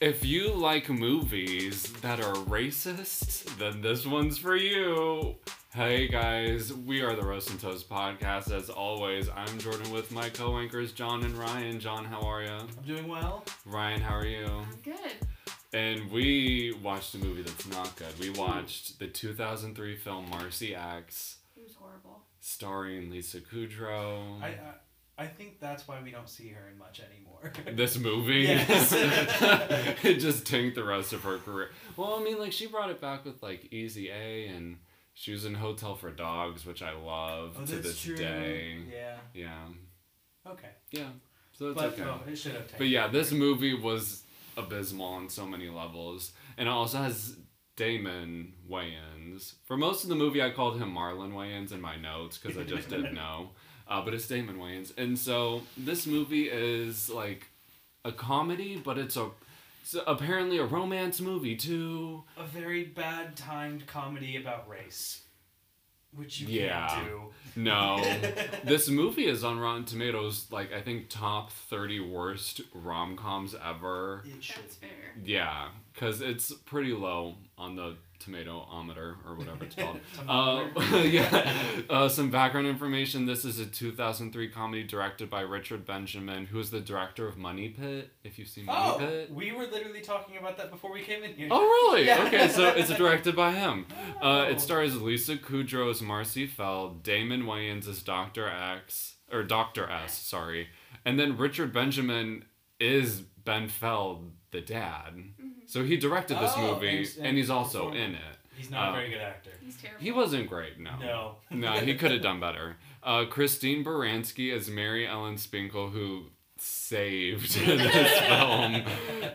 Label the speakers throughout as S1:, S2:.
S1: If you like movies that are racist, then this one's for you. Hey guys, we are the Roast and Toast podcast. As always, I'm Jordan with my co-anchors John and Ryan. John, how are you?
S2: I'm doing well.
S1: Ryan, how are you?
S3: I'm good.
S1: And we watched a movie that's not good. We watched the 2003 film Marcy X,
S3: It was horrible.
S1: starring Lisa Kudrow.
S2: I, I I think that's why we don't see her in much anymore.
S1: this movie.
S2: Yes.
S1: it just tanked the rest of her career. Well, I mean, like she brought it back with like Easy A, and she was in Hotel for Dogs, which I love to this day.
S2: Oh, Yeah.
S1: Yeah,
S2: Okay.
S1: yeah. So it's
S2: but
S1: okay.
S2: no, it should have taken.
S1: But yeah, this movie was abysmal on so many levels, and it also has Damon Wayans. For most of the movie, I called him Marlon Wayans in my notes because I just didn't know. Uh, but it's Damon Wayans, and so this movie is like a comedy, but it's a it's apparently a romance movie too.
S2: a very bad timed comedy about race, which you
S1: Yeah.
S2: can't do.
S1: No, this movie is on Rotten Tomatoes, like I think top thirty worst rom coms ever.
S2: It should.
S3: That's fair.
S1: Yeah, because it's pretty low on the tomatometer or whatever it's called. uh,
S2: Tomatometer.
S1: yeah. Uh, some background information. This is a 2003 comedy directed by Richard Benjamin, who is the director of Money Pit, if you've seen Money
S2: Oh,
S1: Pit.
S2: we were literally talking about that before we came in here.
S1: Oh, really?
S2: Yeah.
S1: Okay, so it's directed by him. Uh,
S2: Oh.
S1: it stars Lisa Kudrow as Marcy Feld, Damon Wayans as Dr. X, or Dr. S, sorry. And then Richard Benjamin is Ben Feld, the dad.
S3: hmm
S1: So he directed this
S2: Oh,
S1: movie,
S2: and-
S1: and,
S2: and
S1: he's also
S2: performed.
S1: in it.
S2: He's not
S1: Uh,
S2: a very good actor.
S3: He's terrible.
S1: He wasn't great, no.
S2: No.
S1: No, he could have done better. Uh, Christine Baranski as Mary Ellen Spinkle, who saved this film,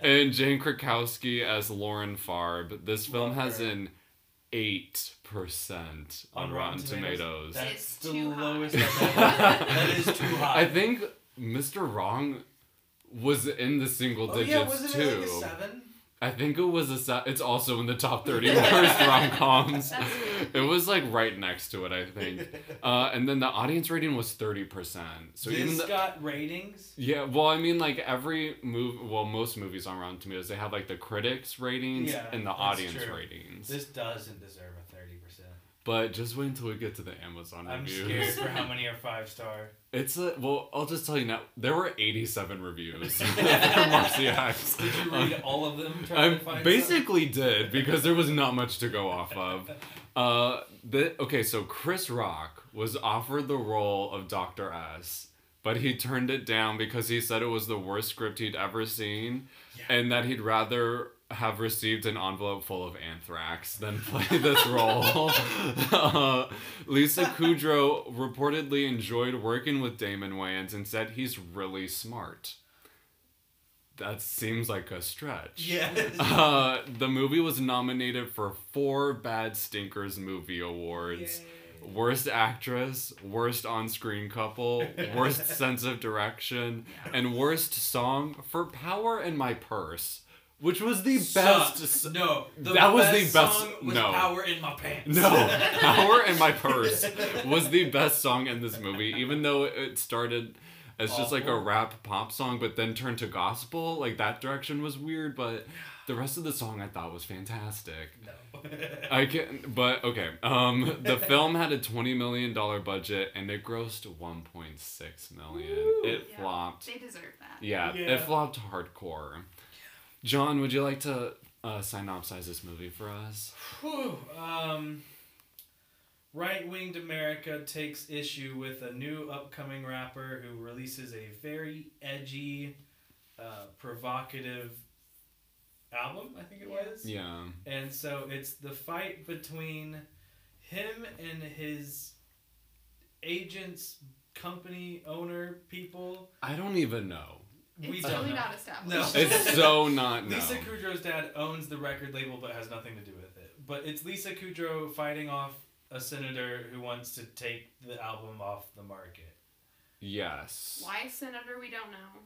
S1: and Jane Krakowski as Lauren Farb. This film
S2: Love
S1: has
S2: her.
S1: an 8% on,
S2: On Rotten
S1: Rotten Tomatoes.
S2: Tomatoes? That's
S3: It's
S2: the
S3: too
S2: lowest.
S3: high.
S2: I've ever- that is too high.
S1: I think Mr. Wrong was in the single
S2: Oh
S1: digits
S2: yeah, wasn't
S1: too.
S2: it like a seven?
S1: I think it was a se- it's also in the top 30 worst rom-coms.
S3: That's
S1: It was like right next to it, I think. Uh, and then the audience rating was 30%. So even
S2: this
S1: the,
S2: got ratings.
S1: yeah, well, I mean like every move, well most movies on Rotten Tomatoes, they have like the critics ratings
S2: Yeah,
S1: and the
S2: that's
S1: audience
S2: true.
S1: ratings.
S2: This doesn't deserve a thirty percent.
S1: but just wait until we get to the Amazon
S2: I'm scared
S1: reviews.
S2: for how many are five star.
S1: It's a, well, I'll just tell you now, there were 87 reviews for Marcy Hacks.
S2: Did you read all of them?
S1: I
S2: trying to find some?
S1: basically did because there was not much to go off of. Uh, the, okay, so Chris Rock was offered the role of Dr. S, but he turned it down because he said it was the worst script he'd ever seen
S2: Yeah.
S1: and that he'd rather have received an envelope full of anthrax than play this role. uh, Lisa Kudrow reportedly enjoyed working with Damon Wayans and said he's really smart. That seems like a stretch.
S2: Yes.
S1: Uh, the movie was nominated for four Bad Stinkers Movie Awards. Worst actress, worst on screen couple, worst sense of direction, and worst song for Power in My Purse, which was the
S2: Sucked.
S1: best. s-
S2: No, the
S1: That was the
S2: best.
S1: best-
S2: Song was
S1: no.
S2: power in my pants.
S1: No, Power in My Purse was the best song in this movie, even though it started as just like a
S2: Awful.
S1: rap pop song, but then turned to gospel. Like that direction was weird, but the rest of the song I thought was fantastic.
S2: No.
S1: I can, but okay. Um, the film had a twenty million dollar budget and it grossed one point six million.
S2: Woo.
S1: It
S3: Yeah.
S1: flopped.
S3: They deserve that.
S1: Yeah,
S2: Yeah.
S1: it flopped hardcore. John, would you like to uh, synopsize this movie for us?
S2: Whew, um, right-winged America takes issue with a new upcoming rapper who releases a very edgy, uh, provocative album. I think it
S3: Yeah.
S2: was.
S1: Yeah,
S2: And so it's the fight between him and his agents, company owner people.
S1: I don't even know.
S2: we
S3: It's
S2: don't
S3: really
S2: know.
S3: not established.
S2: No.
S1: It's so not no.
S2: Lisa Kudrow's dad owns the record label but has nothing to do with it. But it's Lisa Kudrow fighting off a senator who wants to take the album off the market.
S1: Yes,
S3: Why senator? We don't know.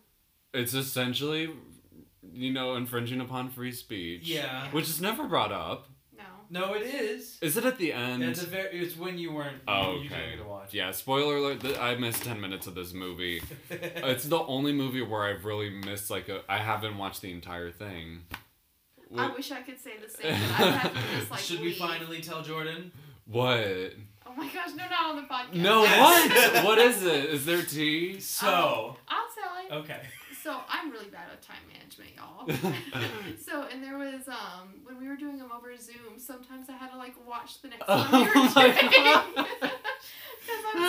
S1: it's essentially, you know, infringing upon free speech.
S2: Yeah.
S1: which is never brought up.
S3: No.
S2: No, it is.
S1: Is it at the end?
S2: It's, a very, it's when you weren't.
S1: Oh,
S2: You didn't
S1: okay.
S2: get to watch.
S1: Yeah, spoiler alert, th- I missed 10 minutes of this movie. It's the only movie where I've really missed, like, a, I haven't watched the entire thing.
S3: I
S1: What?
S3: wish I could say the same, but I've had to just like.
S2: Should we
S3: leave.
S2: finally tell Jordan?
S1: What?
S3: Oh my gosh, no, not on the podcast.
S1: No,
S2: Yes.
S1: what? what is it? Oh. Is there
S3: Um,
S1: tea?
S2: So.
S3: I'll tell it.
S2: Okay.
S3: So I'm really bad at time management, y'all. so and there was um when we were doing them over Zoom, sometimes I had to like watch the next
S1: Oh
S3: one we were
S1: my
S3: doing.
S1: gosh.
S3: Because I'm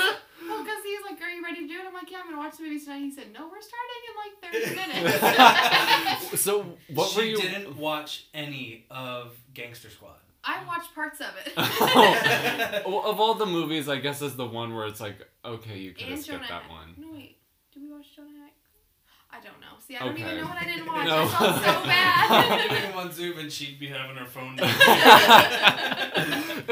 S3: well, because he's like, "Are you ready to do it?" I'm like, "Yeah, I'm gonna watch the movie tonight." He said, "No, we're starting in like 30 minutes."
S1: so, what
S2: she
S1: were you.
S2: didn't watch any of Gangster Squad.
S3: I watched parts of it.
S1: Oh. Well, of all the movies, I guess is the one where it's like, okay, you could have
S3: and Jonah.
S1: skipped that
S3: Hex.
S1: one.
S3: No wait, did we watch Jonah Hex? I don't know. See, I don't
S1: Okay.
S3: even know what I didn't watch.
S1: No.
S3: I felt so
S2: I'd be
S3: bad.
S2: doing one Zoom and she'd be having her phone.
S1: At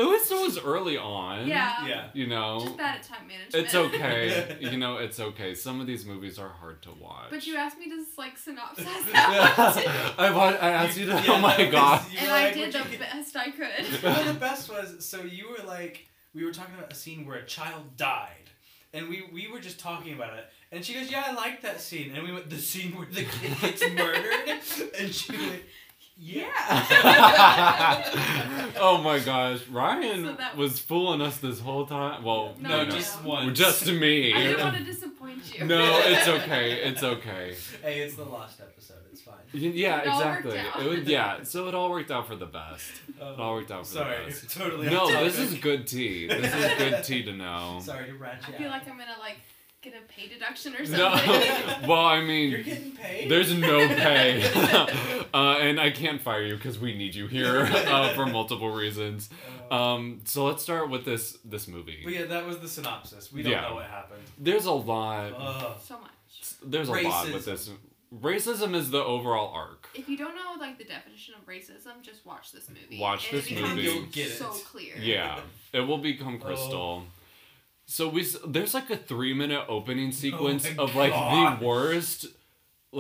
S1: least it was early on.
S3: yeah.
S2: yeah.
S1: You know?
S3: Just bad at time management.
S1: It's okay. you know, it's okay. Some of these movies are hard to watch.
S3: But you asked me to like synopsize that one. too.
S1: I, want, I asked you to.
S2: yeah,
S1: oh my
S2: no,
S1: god.
S2: you were
S3: And I
S2: like,
S3: did
S2: "Would
S3: the
S2: you-
S3: best I could.
S2: You know what the best was so you were like we were talking about a scene where a child died and we we were just talking about it and she goes yeah i like that scene and we went the scene where the kid gets murdered and she went yeah
S1: oh my gosh. Ryan
S3: So that-
S1: was fooling us this whole time. Well,
S3: No,
S1: no,
S3: no.
S2: just one
S1: Just me.
S3: I didn't want to disappoint you.
S1: no, it's okay. It's okay.
S2: hey it's the lost episode it's fine
S1: Y- Yeah,
S3: It all worked
S1: exactly.
S3: out.
S1: It was, yeah, so it all worked out for the best. It all
S2: um,
S1: worked out Oh, for
S2: sorry
S1: the best.
S2: totally
S1: No,
S2: off
S1: this is
S2: topic.
S1: good tea. This is good tea to know.
S2: sorry to
S3: I
S2: ratchet
S3: feel
S2: out.
S3: like I'm gonna like get a pay deduction or
S1: No,
S3: something.
S1: well, I mean,
S2: you're getting paid
S1: There's no pay. uh, and I can't fire you because we need you here uh, for multiple reasons.
S2: Uh,
S1: Um, so let's start with this this
S2: but
S1: movie.
S2: yeah that was the synopsis we don't
S1: Yeah.
S2: know what happened
S1: There's a lot.
S2: Ugh.
S3: So much.
S1: There's a lot with
S2: Uh, Racism.
S1: this. Racism is the overall arc.
S3: If you don't know like the definition of racism, just watch this movie.
S1: Watch
S3: and
S1: this
S3: it becomes
S1: movie.
S2: You'll get
S3: so
S2: it.
S3: clear.
S1: Yeah, it will become
S2: Oh.
S1: crystal. So we s- there's like a three minute opening sequence
S2: Oh my
S1: of like
S2: God.
S1: the worst.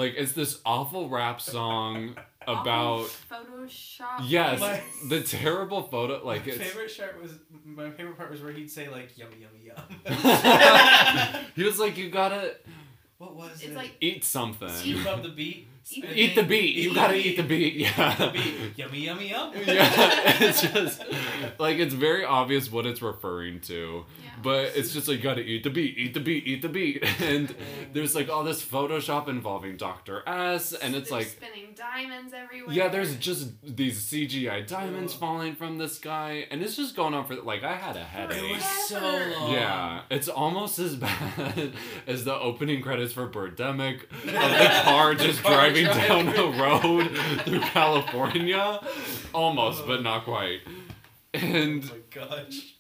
S1: Like it's this awful rap song
S3: Awful
S1: about
S3: Photoshop.
S1: yes
S2: My-
S1: the terrible photo like
S2: my
S1: it's
S2: favorite part was my favorite part was where he'd say like yum yum yum.
S1: he was like you gotta
S2: what was it?
S3: It's like
S1: eat something.
S2: eat above the beat.
S3: Eat the
S2: I
S1: Eat the
S2: think.
S1: beat. You gotta eat the beat.
S2: Eat the
S1: Yeah.
S2: beat. Yummy yummy yum.
S1: yeah. It's just like it's very obvious what it's referring to,
S3: yeah.
S1: but it's just like you gotta eat the beat, eat the beat, eat the beat, and there's like all this Photoshop involving Doctor S, and it's
S3: They're
S1: like.
S3: spinning diamonds everywhere.
S1: Yeah, there's just these CGI diamonds
S2: Ugh.
S1: falling from the sky, and it's just going on for like I had a
S2: it
S1: headache.
S2: was so long.
S1: Yeah, it's almost as bad as the opening credits for Birdemic of the car
S2: The
S1: just
S2: car
S1: driving
S2: driving.
S1: down the road through California. Almost, but not quite. And
S2: Oh my gosh.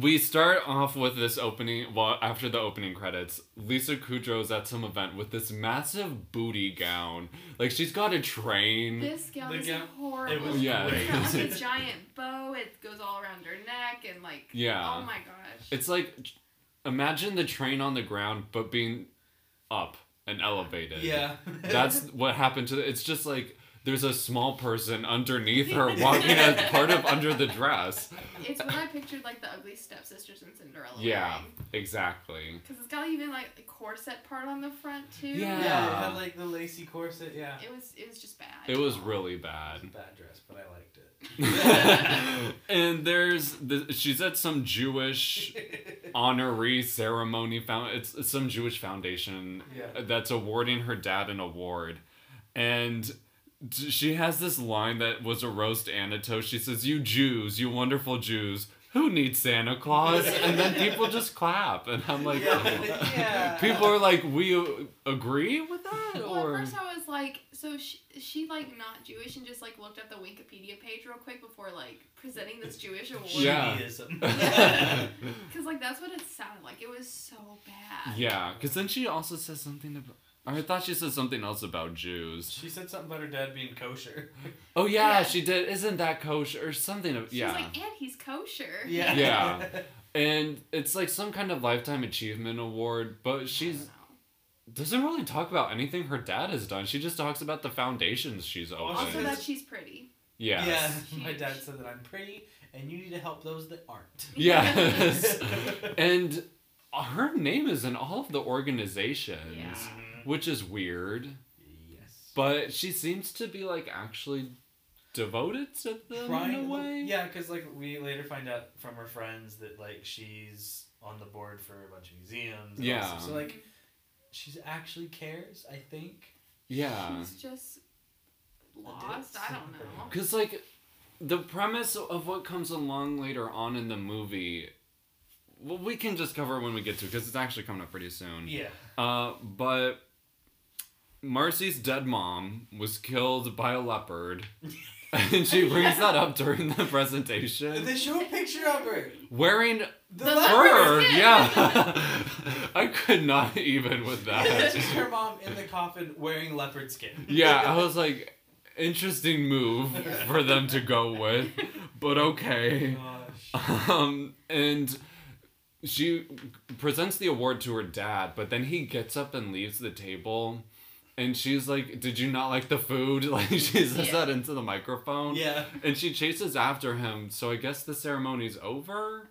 S1: we start off with this opening, well, after the opening credits, Lisa Kudrow's at some event with this massive booty gown. Like, she's got a train.
S3: This gown
S2: The
S3: is
S2: gown-
S3: horrible.
S2: It was
S1: Yeah.
S2: great.
S3: It's got like a giant bow. It goes all around her neck and like.
S1: Yeah.
S3: Oh my gosh.
S1: It's like, imagine the train on the ground, but being up and elevated.
S2: Yeah.
S1: That's what happened to the, it's just like there's a small person underneath her walking as part of under the dress.
S3: It's when I pictured like the ugly stepsisters in Cinderella.
S1: Yeah, exactly.
S3: Because it's got even like a corset part on the front too.
S1: Yeah.
S2: yeah. It had like the lacy corset. Yeah.
S3: It was it was just bad.
S1: It was really
S2: It's a
S1: bad.
S2: bad dress, but I liked it.
S1: and there's the, she's at some Jewish honoree ceremony found it's, it's some Jewish foundation
S2: Yeah.
S1: that's awarding her dad an award. And t- she has this line that was a roast anecdote. She says, You Jews, you wonderful Jews, who needs Santa Claus? And then people just clap. And I'm like,
S2: yeah. yeah.
S1: People are like, We agree with that?
S3: Well,
S1: Or.
S3: at first I was like, so she, she like not Jewish and just like looked at the Wikipedia page real quick before like presenting this Jewish award.
S1: Yeah.
S2: Judaism.
S3: Cause like that's what it sounded like. It was so bad.
S1: Yeah, because then she also says something about. Or I thought she said something else about Jews.
S2: She said something about her dad being kosher.
S1: Oh yeah,
S3: Yeah.
S1: she did. Isn't that kosher or something? Of,
S3: She's
S1: yeah.
S3: like, and he's kosher.
S2: Yeah.
S1: Yeah. and it's like some kind of lifetime achievement award, but
S3: I don't
S1: she's
S3: know.
S1: doesn't really talk about anything her dad has done. She just talks about the foundations she's opened.
S2: Also
S3: Also
S2: it's-
S3: that she's pretty.
S1: Yes.
S2: Yeah. My dad said that I'm pretty and you need to help those that aren't.
S1: Yes. and her name is in all of the organizations,
S3: Yeah.
S1: which is weird.
S2: yes.
S1: But she seems to be like actually devoted to them in a way.
S2: Yeah, because like we later find out from her friends that like she's on the board for a bunch of museums. and all
S1: Yeah.
S2: stuff. So like, she's actually cares. I think.
S1: Yeah.
S3: She's just lost. I don't know.
S1: Because, like, the premise of what comes along later on in the movie, well, we can just cover it when we get to it because it's actually coming up pretty soon.
S2: Yeah.
S1: Uh, but Marcy's dead mom was killed by a leopard. and she brings that up during the presentation.
S2: They show a picture of her.
S1: Wearing
S2: The,
S3: The
S2: leopard.
S1: fur,
S3: leopard skin.
S1: yeah. I could not even with
S2: That's
S1: that.
S2: just her mom in the coffin wearing leopard skin.
S1: Yeah, I was like, interesting move for them to go with, but okay.
S2: Oh Gosh.
S1: Um, and she presents the award to her dad, but then he gets up and leaves the table. And she's like, Did you not like the food? Like, she says
S3: Yeah.
S1: that into the microphone.
S2: Yeah.
S1: And she chases after him. So I guess the ceremony's over.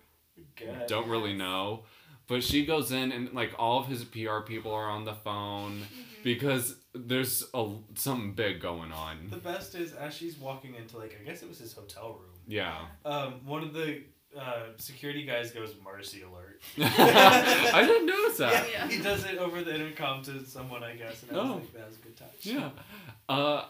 S2: Good.
S1: Don't really know. But she goes in, and like all of his PR people are on the phone because there's a, something big going
S2: The
S1: on.
S2: best is as she's walking into like I guess it was his hotel room.
S1: Yeah.
S2: Um, one of the uh, security guys goes mercy alert.
S1: I didn't notice that.
S2: Yeah,
S3: Yeah.
S2: he does it over the intercom to someone, I guess, and I was
S1: Oh.
S2: like, that was a good touch.
S1: Yeah. Uh,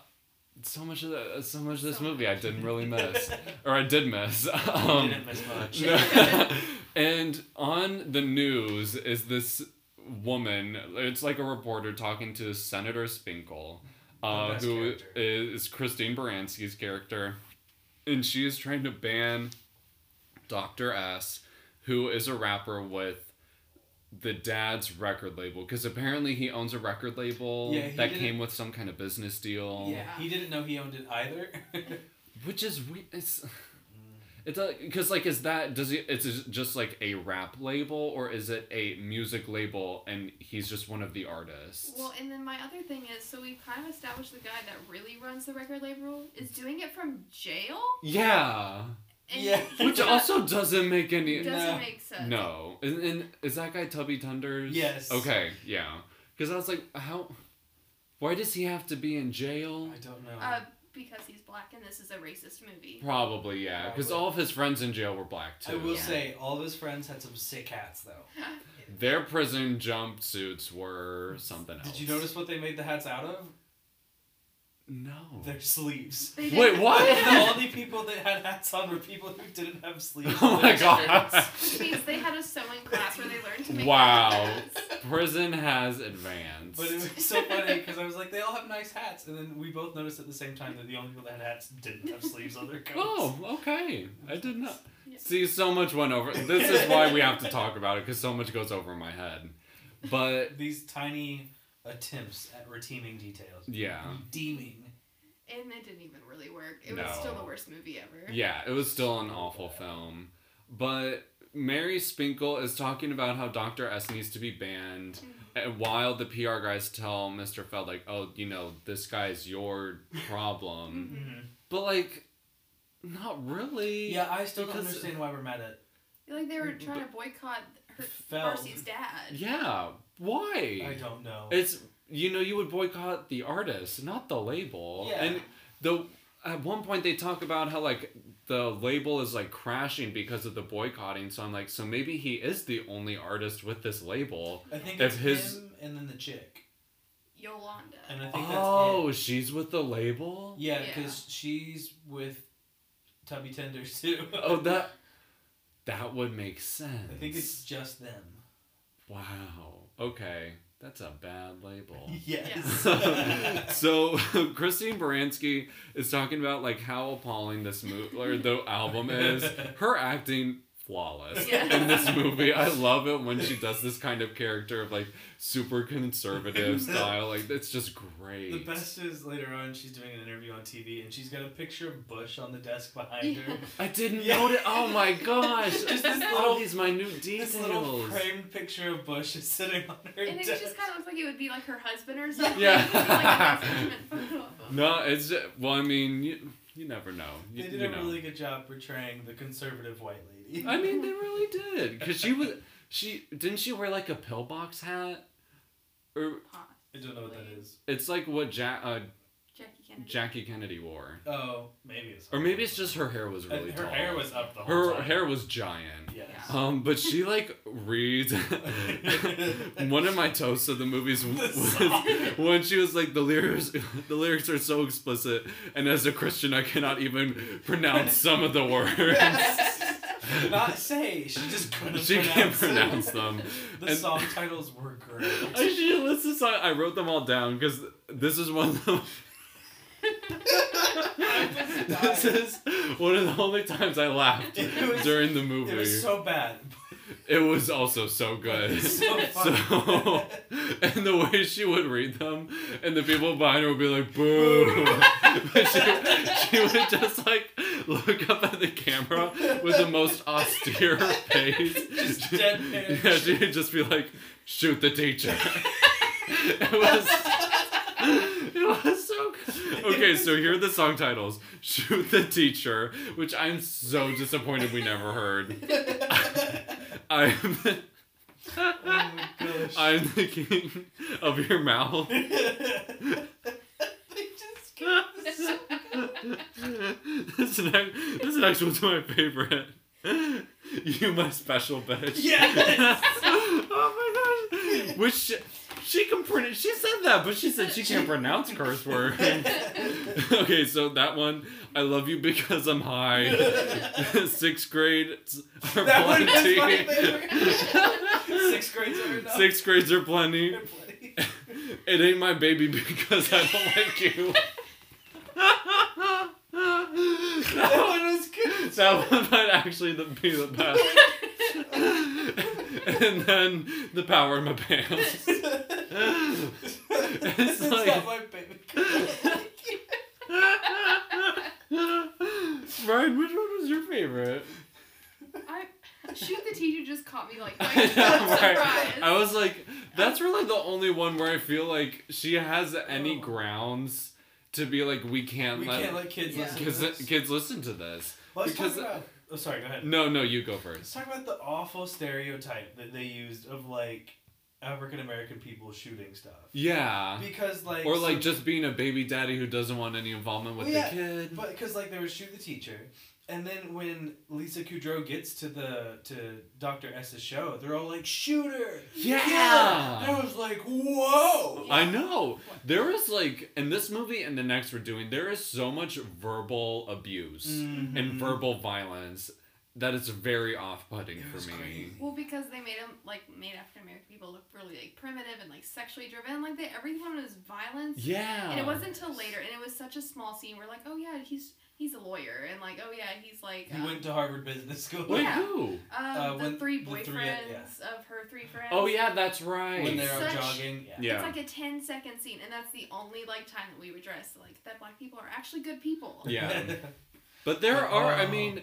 S1: so much of the, so much of this
S3: So
S1: movie I didn't really miss, or I did miss. Um,
S2: didn't miss much.
S1: no. and on the news is this woman. It's like a reporter talking to Senator Spinkle, uh,
S2: best
S1: who
S2: character.
S1: is Christine Baranski's character, and she is trying to ban Doctor S, who is a rapper with. The dad's record label, because apparently he owns a record label
S2: Yeah, he
S1: that
S2: didn't-
S1: came with some kind of business deal.
S2: Yeah, he didn't know he owned it either.
S1: Which is we It's it's because like is that does he? It's just like a rap label or is it a music label and he's just one of the artists?
S3: Well, and then my other thing is, so we've kind of established the guy that really runs the record label is doing it from jail,
S1: yeah,
S3: and
S2: Yeah.
S3: he
S1: which
S3: does-
S1: also doesn't make any
S3: doesn't
S2: No.
S3: make sense.
S1: no. And, and is that guy Tubby Tunders?
S2: Yes.
S1: Okay, yeah. Because I was like, how? Why does he have to be in jail?
S2: I don't know.
S3: Uh, because he's black and this is a racist movie.
S1: Probably yeah. Because
S2: Probably.
S1: all of his friends in jail were black too.
S2: I will
S3: Yeah.
S2: say, all of his friends had some sick hats, though.
S1: Their prison jumpsuits were something else.
S2: Did you notice what they made the hats out of?
S1: No.
S2: Their sleeves.
S3: They
S1: Wait,
S3: didn't-
S1: what?
S2: the only people that had hats on were people who didn't have sleeves.
S1: Oh
S2: on
S1: my
S2: their
S1: God.
S2: shirts.
S3: It means they had a sewing class where they learned to make
S1: Wow.
S3: hats.
S1: Prison has advanced.
S2: But it was so funny because I was like, they all have nice hats, and then we both noticed at the same time that the only people that had hats didn't have sleeves on their coats.
S1: oh, okay. I did not
S3: Yeah.
S1: see so much went over. This is why we have to talk about it because so much goes over my head. But
S2: These tiny attempts at redeeming details.
S1: yeah,
S2: Redeeming.
S3: And it didn't even really work. It
S1: No.
S3: was still the worst movie ever.
S1: yeah, it was still an awful film. But Mary Spinkle is talking about how Doctor S needs to be banned,
S2: Mm-hmm.
S1: and while the PR guys tell Mister Feld like, "Oh, you know, this guy's your problem,"
S2: Mm-hmm.
S1: but like, not really.
S2: Yeah, I still don't
S1: Because-
S2: understand why we're mad at.
S3: Like they were trying to boycott her
S2: Fell.
S3: Marcy's dad.
S1: Yeah. Why?
S2: I don't know.
S1: It's you know you would boycott the artist, not the label.
S2: Yeah.
S1: And the at one point they talk about how like the label is like crashing because of the boycotting. So I'm like, so maybe he is the only artist with this label.
S2: I think
S1: if
S2: it's
S1: his-
S2: him and then the chick,
S3: Yolanda.
S2: and I think
S1: Oh,
S2: that's it.
S1: she's with the label.
S2: Yeah,
S3: Yeah.
S2: because she's with Tubby Tenders too.
S1: Oh, that that would make sense.
S2: I think it's just them.
S1: wow. Okay, that's a bad label.
S2: Yes.
S1: so Christine Baranski is talking about like how appalling this movie or the album is. Her acting flawless
S3: Yeah.
S1: in this movie. I love it when she does this kind of character of like super conservative style. Like it's just great.
S2: The best is later on she's doing an interview on TV and she's got a picture of Bush on the desk behind her.
S1: I didn't
S2: Yeah.
S1: notice. Oh my gosh!
S2: Just this
S1: all
S2: little-
S1: these minute details.
S2: This little framed picture of Bush is sitting on her
S3: And it
S2: desk.
S3: just kind of looks like it would be like her husband or something.
S1: Yeah.
S3: It's like a nice intimate photo of him.
S1: No, it's ju- well. I mean, you, You never know. You,
S2: They did
S1: you
S2: a
S1: know.
S2: really good job portraying the conservative white lady.
S1: I mean, they really did. Cause she was, she didn't she wear like a pillbox hat, or
S3: Pause.
S2: I don't know what that is.
S1: it's like what ja- uh,
S3: Jackie Kennedy.
S1: Jackie Kennedy wore,
S2: Oh, maybe it's.
S1: or maybe it's just her hair was
S2: And
S1: really
S2: her
S1: tall.
S2: hair was up the whole
S1: her
S2: time.
S1: hair was giant.
S2: Yes.
S3: Yeah.
S1: Um, but she like reads one of my toasts of the movies was when she was like the lyrics the lyrics are so explicit and as a Christian I cannot even pronounce some of the words.
S2: Not say she just couldn't
S1: she can't
S2: pronounce,
S1: pronounce
S2: it.
S1: them.
S2: The
S1: and-
S2: song titles were great.
S1: I should listen to I wrote them all down because this is one of the this is one of the only times I laughed
S2: It was-
S1: during the movie.
S2: It was so bad.
S1: It was also so good.
S2: So funny.
S1: So- and the way she would read them, and the people behind her would be like, boo. but she, she would just like look up at the camera with the most austere face.
S2: Just deadpan.
S1: Yeah, she would just be like, shoot the teacher. it was. It was so good. Okay, so here are the song titles Shoot the Teacher, which I'm so disappointed we never heard. I'm the,
S2: Oh my gosh.
S1: I'm the king of your mouth.
S2: they just got this so
S1: this, next, this next one's my favorite. You my special bitch.
S2: Yes!
S1: oh my gosh. Which she, she can print She said that, but she said she can't pronounce curse words. okay, so that one, I love you because I'm high. Sixth grade. Are
S2: That one is
S1: plenty.
S2: my favorite. Sixth grades are enough.
S1: Sixth grades are plenty.
S2: They're plenty.
S1: It ain't my baby because I don't like you. that
S2: That
S1: one,
S2: one was good.
S1: that one might actually the, be the best. and then the power in my pants.
S2: it's
S1: like-
S2: not my baby.
S1: Ryan, which one was your favorite?
S3: I, shoot the teacher just caught me like by
S1: right.
S3: surprise.
S1: I was like, that's really the only one where I feel like she has any grounds to be like, we can't
S2: Oh. we
S1: let
S2: can't let kids
S3: Yeah.
S2: listen to
S1: kids,
S2: this.
S1: kids listen to this.
S2: Let's
S1: because-
S2: talk about. Oh, sorry. Go ahead.
S1: No, no, you go first.
S2: Let's talk about the awful stereotype that they used of like African American people shooting stuff.
S1: Yeah.
S2: Because like
S1: Or like
S2: so-
S1: just being a baby daddy who doesn't want any involvement with
S2: Well, yeah,
S1: the kid.
S2: but because like they would shoot the teacher, and then when Lisa Kudrow gets to the to Doctor S's show, they're all like shooter.
S1: Yeah.
S2: And I was like, whoa.
S1: I know. There is like in this movie and the next we're doing, there is so much verbal abuse and
S2: Mhm.
S1: verbal violence that it's very off putting
S2: It
S1: for
S2: was
S1: me.
S2: crazy.
S3: Well, because they made them like made African American people look really like primitive and like sexually driven, like they everyone was violence.
S1: Yeah.
S3: And it wasn't until later, and it was such a small scene. We're like, oh yeah, he's he's a lawyer, and like, oh yeah, he's like
S2: He
S3: um,
S2: went to Harvard Business School.
S1: Wait,
S3: Yeah.
S1: who?
S3: um,
S2: uh,
S3: the
S2: when-
S3: three
S2: the
S3: boyfriends
S2: three, yeah.
S3: of her three friends.
S1: Oh yeah, that's right.
S2: When they're out
S3: Such-
S2: jogging. Yeah.
S1: Yeah.
S3: It's like a 10 second scene, and that's the only like time that we address like that black people are actually good people.
S1: Yeah. But there
S2: But,
S1: are I
S2: oh.
S1: mean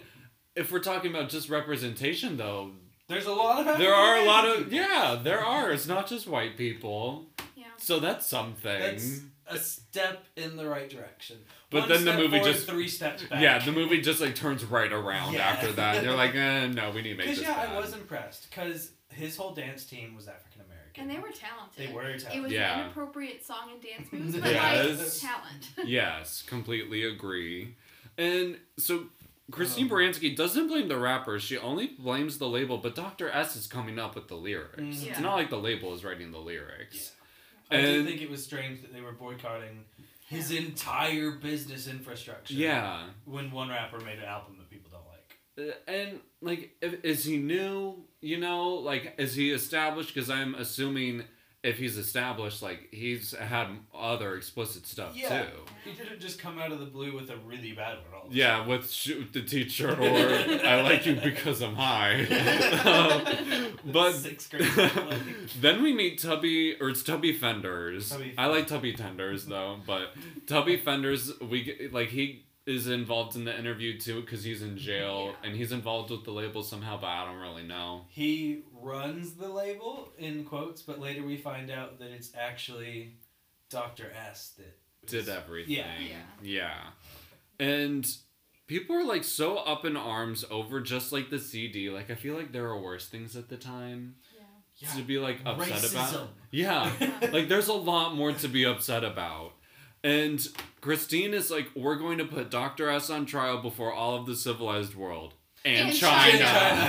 S1: if we're talking about just representation though,
S2: There's a lot of
S1: there are a lot
S2: African
S1: of yeah, there are. It's not just white people.
S3: Yeah.
S1: So that's something.
S2: That's a step in the right direction.
S1: But
S2: One
S1: then the
S2: step
S1: movie
S2: forward,
S1: just-
S2: three steps back.
S1: Yeah, the movie just like turns right around
S2: Yeah.
S1: after that. They're like, eh, no, we need to make
S2: Because
S1: this.
S2: yeah,
S1: bad.
S2: I was impressed. Because his whole dance team was African American.
S3: And they were talented.
S2: They were
S3: It
S2: talented.
S3: was
S1: Yeah.
S3: an inappropriate song and dance moves, but
S1: Yes.
S3: like talent.
S1: Yes, completely agree. And so Christine
S2: Oh.
S1: Baranski doesn't blame the rapper, she only blames the label, but Dr. S is coming up with the lyrics.
S2: Mhm.
S1: It's not like the label is writing the lyrics.
S2: I did
S1: And-
S2: think it was strange that they were boycotting his entire business infrastructure.
S1: Yeah.
S2: When one rapper made an album that people don't like.
S1: Uh, And like, if, is he new? You know, like, is he established? Because I'm assuming if he's established, like, he's had other explicit stuff
S2: Yeah.
S1: too.
S2: He didn't just come out of the blue with a really bad one. All of a
S1: Yeah, with shoot the teacher or I like you because I'm high. Um,
S2: sudden.
S1: but
S2: sixth grade. like,
S1: then we meet Tubby, or it's Tubby Fenders.
S2: Tubby
S1: I like Tubby Tenders though, but Tubby Fenders, we get, like he is involved in the interview too because he's in jail
S3: Yeah.
S1: and he's involved with the label somehow, but I don't really know.
S2: he runs the label in quotes, but later we find out that it's actually Doctor S that
S1: Did
S2: that.
S1: everything.
S2: Yeah.
S3: Yeah.
S1: Yeah. And people were like so up in arms over just like the CD. Like I feel like there are worse things at the time
S3: Yeah.
S1: to be like upset about.
S2: Racism.
S1: Yeah.
S3: Yeah.
S1: like there's a lot more to be upset about. And Christine is like, we're going to put Dr. S on trial before all of the civilized world. And,
S3: And
S1: China.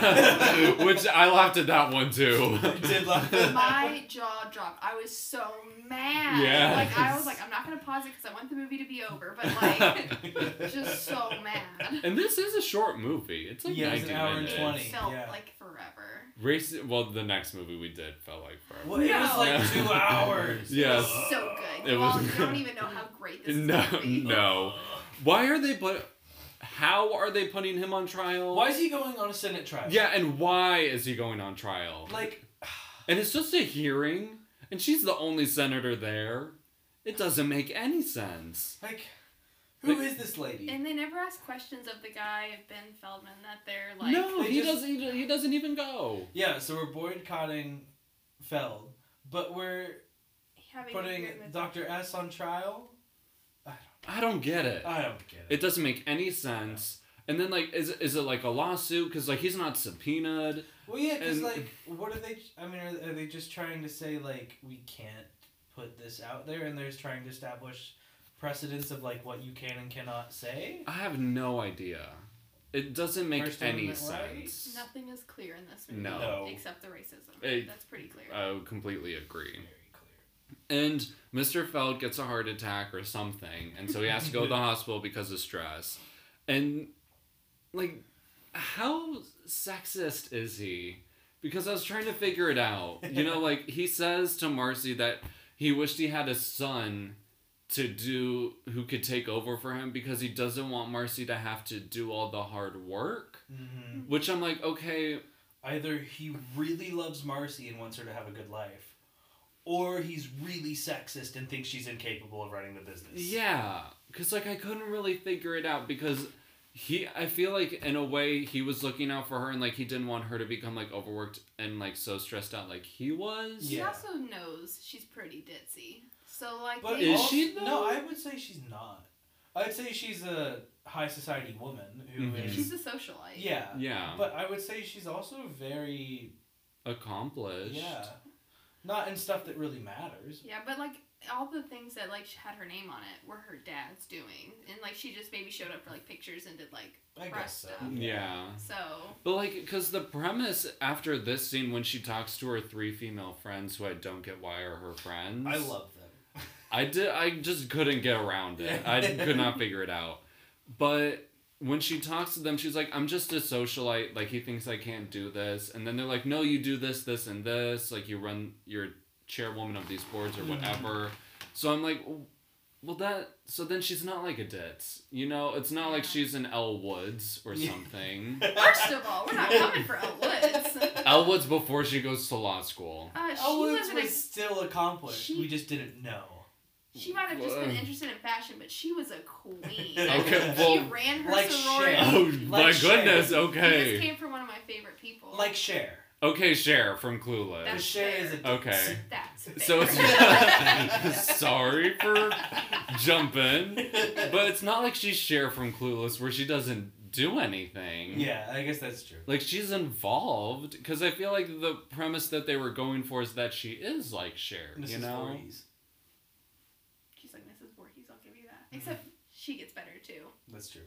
S2: China.
S1: Which I laughed at that one too.
S2: I did laugh.
S3: My jaw dropped. I was so mad.
S1: Yeah.
S3: Like I was like, I'm not gonna pause it because I want the movie to be over, but like, just so mad.
S1: and this is a short movie. It's like
S2: Yeah, it's
S1: 90
S2: an hour and
S1: minutes.
S2: 20.
S3: It felt
S2: Yeah.
S3: like forever.
S1: Race. Well, the next movie we did felt like forever.
S2: Well, it was like
S1: No.
S2: two hours.
S1: Yes.
S3: So good.
S1: It
S3: you
S1: was-
S3: all don't even know how great this
S1: No,
S3: is gonna be.
S1: no. Why are they put? How are they putting him on trial?
S2: Why is he going on a Senate trial?
S1: Yeah, and why is he going on trial?
S2: Like,
S1: and it's just a hearing, and she's the only senator there. It doesn't make any sense.
S2: like, who
S1: Like-
S2: is this lady?
S3: And they never ask questions of the guy Ben Feldman that they're like.
S1: no,
S2: they
S1: he
S2: just-
S1: doesn't. He, he doesn't even go.
S2: Yeah, so we're boycotting Feld, but we're
S3: having a
S2: putting
S3: weird myth-
S2: Dr. S on trial?
S1: I don't get it.
S2: I don't get
S1: It doesn't make any sense. And then like, is is it like a lawsuit? Because like he's not subpoenaed.
S2: Well, yeah, because,
S1: and-
S2: like, what are they. I mean, are, are they just trying to say, like, we can't put this out there? And they're just trying to establish precedence of, like, what you can and cannot say?
S1: I have no idea. It doesn't make
S2: First
S1: any
S2: Amendment right?
S1: sense.
S3: Nothing is clear in this movie.
S1: No.
S2: No.
S3: Except the racism.
S1: Eh,
S3: That's pretty clear.
S1: I would completely agree.
S2: Very clear.
S1: And Mr. Feld gets a heart attack or something, and so he has to go to the hospital because of stress. And like, how sexist is he? Because I was trying to figure it out. You know, like he says to Marcy that he wished he had a son to do who could take over for him because he doesn't want Marcy to have to do all the hard work.
S2: hmm
S1: Which I'm like, okay,
S2: Either he really loves Marcy and wants her to have a good life, or he's really sexist and thinks she's incapable of running the business.
S1: Yeah, because like I couldn't really figure it out because he, I feel like in a way he was looking out for her and like he didn't want her to become like overworked and like so stressed out like he was.
S3: She
S2: Yeah.
S3: also knows she's pretty ditzy. So like.
S2: But
S3: they-
S1: Is
S2: also-
S1: she, though?
S2: No, I would say she's not. I'd say she's a high society woman who
S1: Mhm.
S2: is-
S3: She's a socialite.
S2: yeah.
S1: Yeah.
S2: But I would say she's also very
S1: Accomplished.
S2: yeah, not in stuff that really matters.
S3: Yeah, but like all the things that like had her name on it were her dad's doing, and like she just maybe showed up for like pictures and did like
S2: I
S3: Right,
S2: guess so.
S3: stuff.
S1: Yeah.
S3: so.
S1: But like, because the premise after this scene when she talks to her three female friends who I don't get why are her friends.
S2: I love them.
S1: I did. I just couldn't get around it. I could not figure it out. But when she talks to them, she's like, "I'm just a socialite. Like he thinks I can't do this." And then they're like, "No, you do this, this, and this. Like you run your chairwoman of these boards or
S2: Mm-hmm.
S1: whatever." so I'm like, "W- "Well, that." So then she's not like a ditz. You know, it's not like she's an Elle Woods or
S2: Yeah.
S1: something.
S3: First of all, we're not coming for Elle Woods.
S1: Elle Woods before she goes to law school.
S3: Uh, she
S2: Owens
S3: was an
S2: was still accomplished.
S3: she-
S2: we just didn't know.
S3: She might have just been
S1: Whoa.
S3: interested in fashion, but she was a queen.
S1: Okay,
S3: she
S1: well-
S3: ran her
S2: Like
S3: sorority.
S2: Cher.
S1: Oh my
S2: Like
S1: goodness.
S2: Shay.
S3: This
S1: Okay.
S3: came from one of my favorite people.
S2: Like Cher.
S1: Okay, Cher from Clueless.
S2: Because
S3: That's
S2: Cher is a
S1: Okay.
S3: that's
S1: So it's sorry for jumping, but it's not like she's Cher from Clueless where she doesn't do anything.
S2: Yeah, I guess that's true.
S1: Like she's involved because I feel like the premise that they were going for is that she is like Cher,
S2: Mrs.
S1: you know.
S2: Voorhees.
S3: she's like Mrs. Voorhees. I'll give you that. Except she gets better too.
S2: That's true.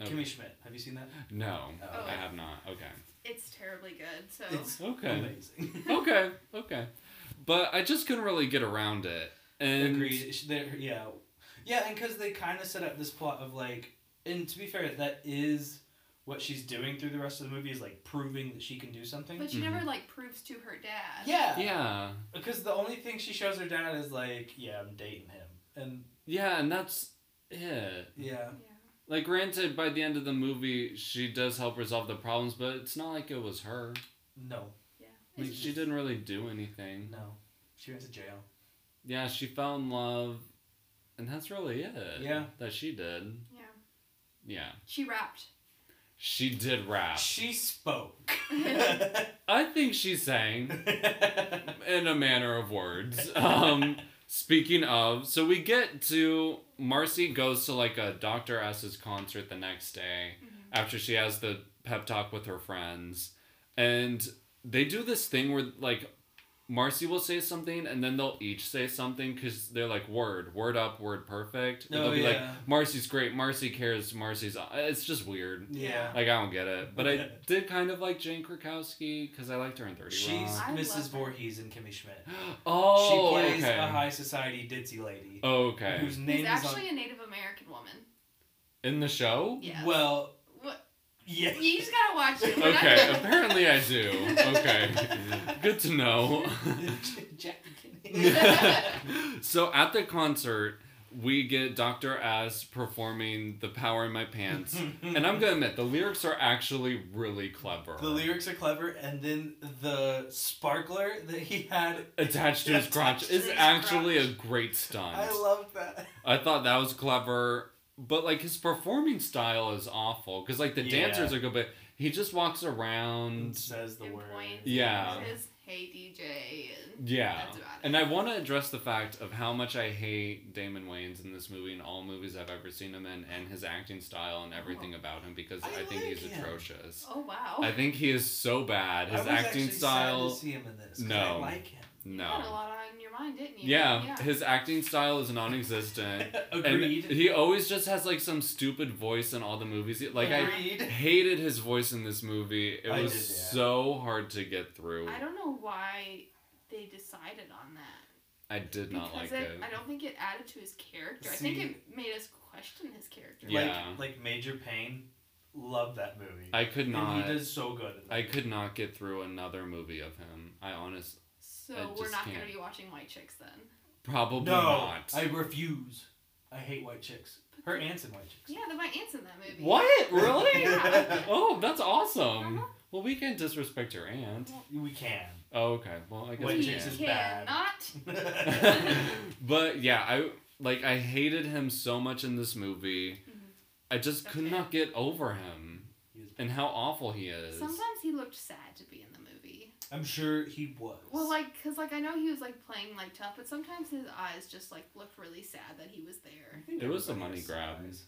S1: Okay.
S2: Kimmy Schmidt. Have you seen that?
S1: No,
S2: Oh.
S1: I have not. Okay.
S3: It's terribly good. So
S2: It's
S1: Okay.
S2: amazing.
S1: Okay. Okay. But I just couldn't really get around it. And
S2: Agreed. Sh- There, yeah, yeah, and because they kind of set up this plot of like, and to be fair, that is what she's doing through the rest of the movie is like proving that she can do something.
S3: but she
S1: Mhm.
S3: never like proves to her dad.
S2: yeah,
S1: yeah.
S2: Because the only thing she shows her dad is like, yeah, I'm dating him, and
S1: Yeah, and that's it.
S2: yeah,
S3: Yeah.
S1: Like, granted, by the end of the movie, she does help resolve the problems, but it's not like it was her.
S2: no,
S3: Yeah.
S1: Like, she didn't really do anything.
S2: no, she went to jail.
S1: Yeah, she fell in love, and that's really it.
S2: Yeah.
S1: That she did.
S3: Yeah.
S1: Yeah.
S3: She rapped.
S1: She did rap.
S2: She spoke.
S1: I think she sang
S2: yeah,
S1: in a manner of words. Um, Speaking of, so we get to Marcy goes to like a Dr. S's concert the next day
S3: Mm-hmm.
S1: after she has the pep talk with her friends. And they do this thing where like Marcy will say something and then they'll each say something because they're like word, word up, word perfect. And
S2: Oh,
S1: they'll be
S2: yeah.
S1: like, Marcy's great, Marcy cares, Marcy's. It's just weird.
S2: Yeah.
S1: Like, I don't get it. But I did kind of like Jane Krakowski because I liked her in 30
S2: She's
S1: Rock.
S3: I love
S2: Mrs.
S3: her.
S2: Voorhees in Kimmy Schmidt.
S1: Oh,
S2: she plays
S1: okay.
S2: a high society ditzy lady
S1: okay.
S2: whose
S3: He's
S2: name is
S3: actually a Native American woman.
S1: In the show?
S2: on.
S3: Yeah.
S2: Well,
S3: What?
S2: yeah.
S3: You just gotta watch it. We're not
S1: Okay,
S3: gonna-
S1: apparently I do. Okay. Good to know.
S2: Jack
S1: so at the concert, we get Dr. As performing The Power in My Pants. And I'm gonna admit, the lyrics are actually really clever.
S2: The lyrics are clever, and then the sparkler that he had,
S1: attached to his crotch
S2: Attached to
S1: is
S2: his
S1: actually
S2: crotch.
S1: a great stunt.
S2: I loved that.
S1: I thought that was clever, but like his performing style is awful because like the
S2: Yeah.
S1: dancers are good, but he just walks
S2: And
S1: around.
S2: says the
S3: And
S2: word.
S3: points.
S1: Mm. Yeah.
S3: It is hey DJ. And
S1: Yeah,
S3: That's about it.
S1: and I want to address the fact of how much I hate Damon Wayans in this movie and all movies I've ever seen him in, and his acting style and everything about him because I,
S2: Oh. I
S1: think he's
S2: like him.
S1: atrocious.
S3: Oh wow.
S1: I think he is so bad.
S2: I
S1: His
S2: was
S1: acting
S2: actually
S1: style,
S2: Sad to see him in this. 'cause
S1: No.
S2: I like him.
S3: You had a
S1: no.
S3: lot on your mind, didn't you?
S1: Yeah, his acting style is non-existent.
S2: Agreed.
S1: And he always just has like some stupid voice in all the movies. Like I
S2: Agreed.
S1: hated his voice in this movie. It
S2: I
S1: was
S2: did, yeah.
S1: so hard to get through.
S3: I don't know why they decided on that.
S1: I did not like
S3: because
S1: it.
S3: I don't think it added to his character. I think
S2: See-
S3: it made us question his character.
S1: Yeah.
S2: Like, like Major Payne, love that movie.
S1: I could
S2: And
S1: not.
S2: he does so good. In that.
S1: I could not get through another movie of him. I honest,
S3: So
S1: I
S3: we're
S1: just
S3: not
S1: can't.
S3: gonna be watching White Chicks then.
S1: probably
S2: no,
S1: not.
S2: I refuse. I hate white chicks. Her aunt's in white chicks.
S3: Yeah, the my aunt's in that movie.
S1: What really?
S3: Yeah.
S1: oh, that's awesome.
S3: Uh-huh.
S1: Well, we can disrespect your aunt.
S2: We can.
S1: Oh, okay. Well, I guess
S2: White
S1: we
S3: We
S2: Chicks
S1: can.
S2: is bad.
S3: cannot.
S1: but yeah, I like I hated him so much in this movie.
S3: Mm-hmm.
S1: I just could
S3: Okay.
S1: not get over him and how awful he is.
S3: Sometimes he looked sad to be in the movie.
S2: I'm sure he was.
S3: Well, like, cause like I know he was like playing like tough, but sometimes his eyes just like looked really sad that he was
S2: I
S3: there.
S2: think
S1: It was a
S2: everybody
S1: money
S2: has
S1: grab.
S2: eyes.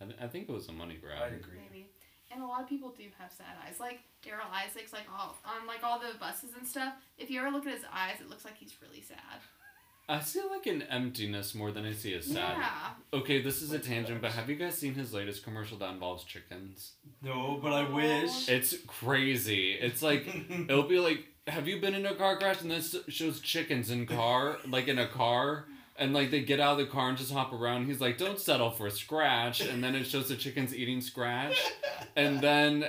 S1: I, th- I think it was a money grab.
S2: I'd agree.
S3: Maybe. And a lot of people do have sad eyes. Like Daryl Isaacs, like all on like all the buses and stuff. If you ever look at his eyes, it looks like he's really sad.
S1: I see like an emptiness more than I see a sad.
S3: Yeah.
S1: Okay, this is a tangent, but
S2: Which-
S1: have you guys seen his latest commercial that involves chickens?
S2: No, but I wish.
S1: It's crazy. It's like it'll be like, have you been in a car crash? And this shows chickens in car, like in a car, and like they get out of the car and just hop around. He's like, don't settle for scratch, and then it shows the chickens eating scratch, and then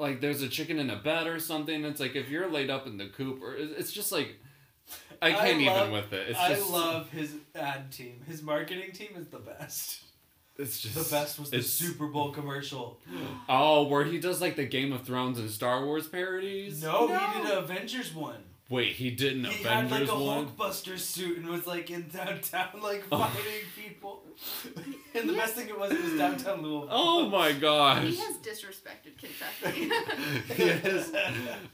S1: like there's a chicken in a bed or something. It's like if you're laid up in the coop, or it's it's just like. I
S2: I
S1: can't even
S2: love-
S1: with it. It's
S2: I
S1: just,
S2: love his ad team. His marketing team is the best.
S1: It's just
S2: The best was the
S1: it's-
S2: Super Bowl commercial.
S1: Oh, where he does like the Game of Thrones and Star Wars parodies?
S2: No, he
S3: No.
S2: did an Avengers one.
S1: Wait, he did an
S2: he had like
S1: Avengers
S2: a
S1: one?
S2: Hulkbuster suit and was like in downtown, like
S1: Oh.
S2: fighting people. and the best thing it was, it was downtown Louisville.
S1: Oh my gosh.
S3: He has disrespected Kentucky.
S1: Yes.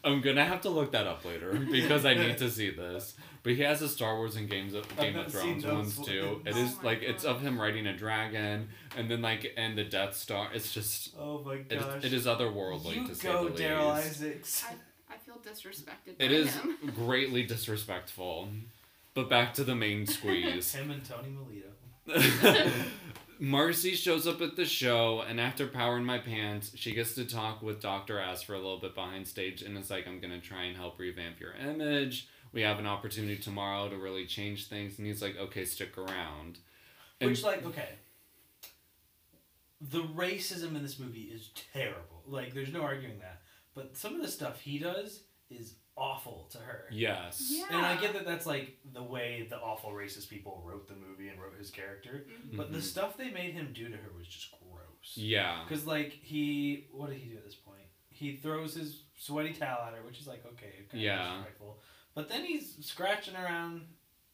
S1: I'm gonna have to look that up later because I need to see this. But he has a Star Wars and Games of Game
S2: never
S1: of
S2: seen
S1: Thrones
S2: those
S1: ones too.
S2: ones.
S1: It
S3: Oh
S1: is
S3: my
S1: like it's
S3: God.
S1: of him riding a dragon and then like and the Death Star. It's just
S2: Oh my
S1: it is,
S2: gosh.
S1: it is otherworldly
S2: You
S1: to say
S2: go,
S1: the
S2: Daryl
S1: least.
S2: Isaacs.
S3: I, I feel disrespected by
S1: It is
S3: him.
S1: greatly disrespectful. But back to the main squeeze.
S2: Him and Tony Melito.
S1: Marcy shows up at the show, and after Power in My Pants, she gets to talk with Dr. Ass for a little bit behind stage, and it's like, I'm going to try and help revamp your image. We have an opportunity tomorrow to really change things. And he's like, okay, stick around. And
S2: Which, like, okay. The racism in this movie is terrible. Like, there's no arguing that. But some of the stuff he does is awful to her.
S1: yes.
S3: Yeah.
S2: And I get that that's, like, the way the awful racist people wrote the movie and wrote his character.
S3: Mm-hmm.
S2: But the
S1: Mhm.
S2: stuff they made him do to her was just gross.
S1: Yeah.
S2: Because, like, he. What did he do at this point? He throws his sweaty towel at her, which is, like, okay, kind
S1: Yeah.
S2: of disrespectful. But then he's scratching around.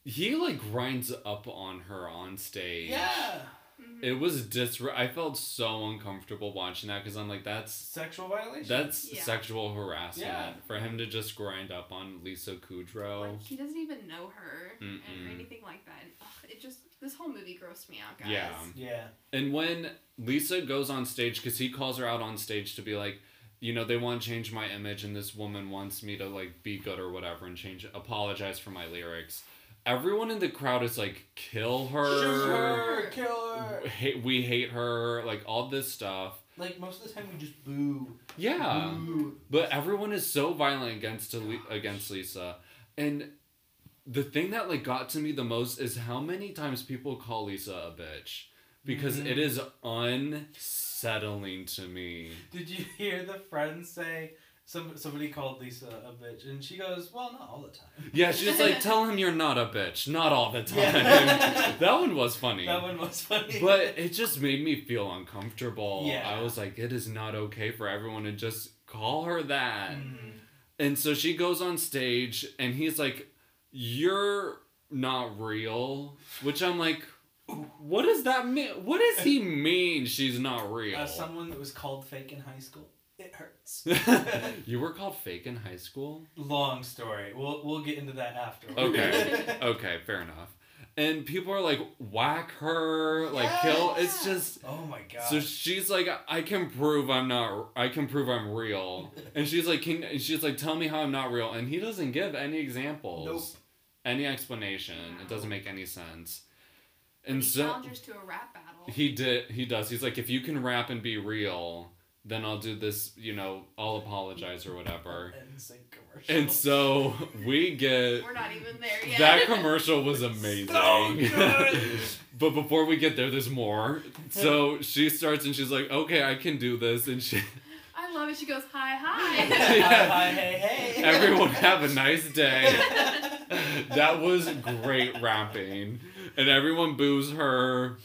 S1: He like grinds up on her on stage.
S2: Yeah!
S3: Mhm.
S1: It was dis. I felt so uncomfortable watching that because I'm like, that's
S2: Sexual violation.
S1: That's
S3: Yeah.
S1: sexual harassment
S2: Yeah.
S1: for him to just grind up on Lisa Kudrow.
S3: Like he doesn't even know her and-
S1: Mm-mm.
S3: or anything like that, This whole movie grossed me out, guys.
S1: Yeah.
S2: Yeah.
S1: And when Lisa goes on stage, because he calls her out on stage to be like, you know, they want to change my image and this woman wants me to like be good or whatever and change, apologize for my lyrics. Everyone in the crowd is like, kill her.
S2: Shoot her, kill her.
S1: Hate, we hate her, like all this stuff.
S2: Like most of the time, we just boo. Mm-hmm.
S1: Yeah.
S2: Boo.
S1: But everyone is so violent against Ali- against Lisa, and the thing that like got to me the most is how many times people call Lisa a bitch because
S2: Mhm.
S1: it is unsettling to me.
S2: Did you hear the friend say some somebody called Lisa a bitch, and she goes, "Well, not all the time."
S1: Yeah, she's like, tell him you're not a bitch, not all the time.
S2: Yeah.
S1: that one was funny.
S2: That one was funny.
S1: but it just made me feel uncomfortable.
S2: Yeah.
S1: I was like, it is not okay for everyone to just call her that.
S2: Mm.
S1: And so she goes on stage and he's like, You're not real. Which I'm like, What does that mean? What does he mean she's not real?
S2: as Uh, someone that was called fake in high school, it hurts.
S1: you were called fake in high school?
S2: Long story. We'll we'll get into that after.
S1: Okay. Okay, fair enough. And people are like, Whack her, like, kill. It's
S3: Yeah.
S1: just.
S2: oh my god.
S1: So she's like, I can prove I'm not. I can prove I'm real. And she's like, can, and she's like, tell me how I'm not real. And he doesn't give any examples,
S2: Nope.
S1: any explanation. It doesn't make any sense.
S3: And
S1: And
S3: he
S1: so
S3: challenged us to a rap battle.
S1: he did. He does. He's like, if you can rap and be real, then I'll do this. You know, I'll apologize or whatever.
S2: and sync commercial.
S1: And so we get
S3: We're not even there yet.
S1: that commercial was amazing.
S2: So good.
S1: but before we get there, there's more. So she starts and she's like, "Okay, I can do this," and she,
S3: I love it. She goes, hi,
S2: hi,
S3: hi.
S1: Yeah.
S2: hi, hey, hey.
S1: everyone have a nice day. That was great rapping, and everyone boos her.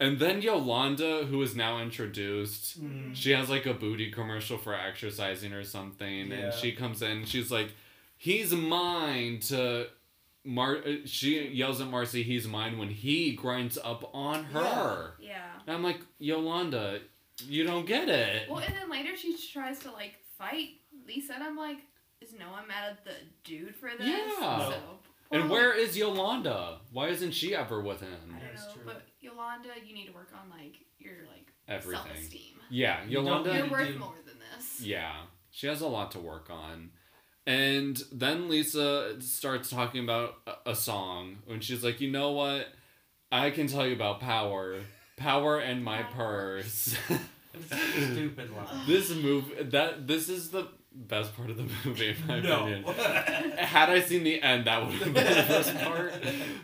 S1: And then Yolanda, who is now introduced,
S2: Mm.
S1: she has like a booty commercial for exercising or something,
S2: Yeah.
S1: and she comes in. She's like, "He's mine." To Mar, uh, she yells at Marcy, "He's mine!" When he grinds up on her,
S3: yeah.
S1: and I'm like, Yolanda, you don't get it.
S3: Well, and then later she tries to like fight Lisa, and I'm like, is no one mad at the dude for this?
S1: Yeah.
S3: So,
S1: and
S3: well,
S1: where is Yolanda? Why isn't she ever with him?
S3: I don't
S2: That's
S3: know,
S2: true.
S3: but Yolanda, you need to work on like your like self
S1: Everything.
S3: esteem.
S1: Yeah,
S2: You don't
S1: Yolanda.
S2: need
S3: You're
S2: to
S3: worth
S2: do-
S3: more than this.
S1: Yeah, she has a lot to work on. And then Lisa starts talking about a- a song when she's like, you know what? I can tell you about power. Power and my purse.
S2: It's a stupid line.
S1: this move that this is the best part of the movie in my opinion.
S2: No.
S1: Had I seen the end, that would have been the best part.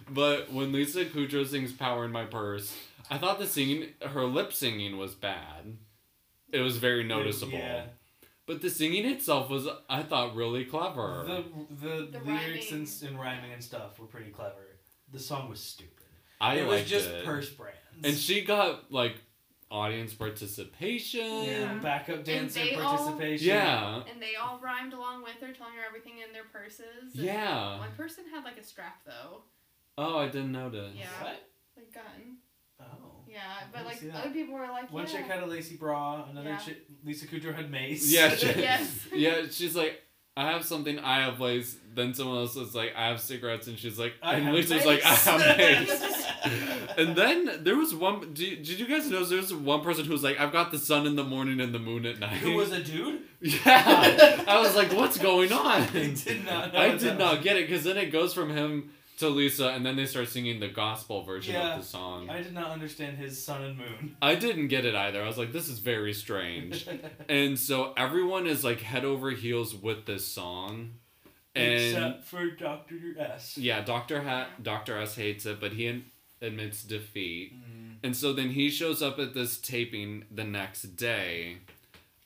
S1: But when Lisa Kudrow sings "Power in My Purse," I thought the singing, her lip singing, was bad. It was very noticeable.
S2: Yeah.
S1: But the singing itself was, I thought, really clever.
S2: The, the,
S3: The
S2: lyrics and,
S3: rhyming.
S2: and rhyming and stuff were pretty clever. The song was stupid.
S1: I
S2: it was
S1: liked
S2: just
S1: it.
S2: purse brands.
S1: and she got like audience participation.
S2: Yeah,
S1: Yeah.
S2: backup dancer
S3: they all-
S2: participation.
S1: Yeah.
S3: And they all rhymed along with her, telling her everything in their purses. and One person had like a strap though,
S1: Oh, I didn't notice.
S3: Yeah.
S2: What?
S3: like gun.
S2: Oh.
S3: Yeah,
S2: I
S3: but like
S2: see that.
S3: other people were like,
S2: One
S3: yeah.
S2: chick had a lacy bra, another
S3: Yeah.
S2: chick, Lisa Kudrow had mace.
S1: Yeah, she,
S3: Yes.
S1: yeah, she's like, I have something, I have lace. Then someone else is like, I have cigarettes, and she's like,
S2: I
S1: and
S2: have
S1: Lisa's like, I
S2: mace.
S1: have mace. and then there was one. Do, did you guys notice there was one person who was like, I've got the sun in the morning and the moon at night.
S2: Who was a dude?
S1: yeah, I was like, what's going on?
S2: I did not know.
S1: I
S2: that
S1: did
S2: was-
S1: not get it because then it goes from him to Lisa, and then they start singing the gospel version
S2: Yeah.
S1: of the song.
S2: I did not understand his sun and moon.
S1: I didn't get it either. I was like, this is very strange. and so everyone is like head over heels with this song. And
S2: Except for Dr. S.
S1: yeah, Dr. Ha- Dr. S hates it, but he ad- admits defeat.
S2: Mm.
S1: And so then he shows up at this taping the next day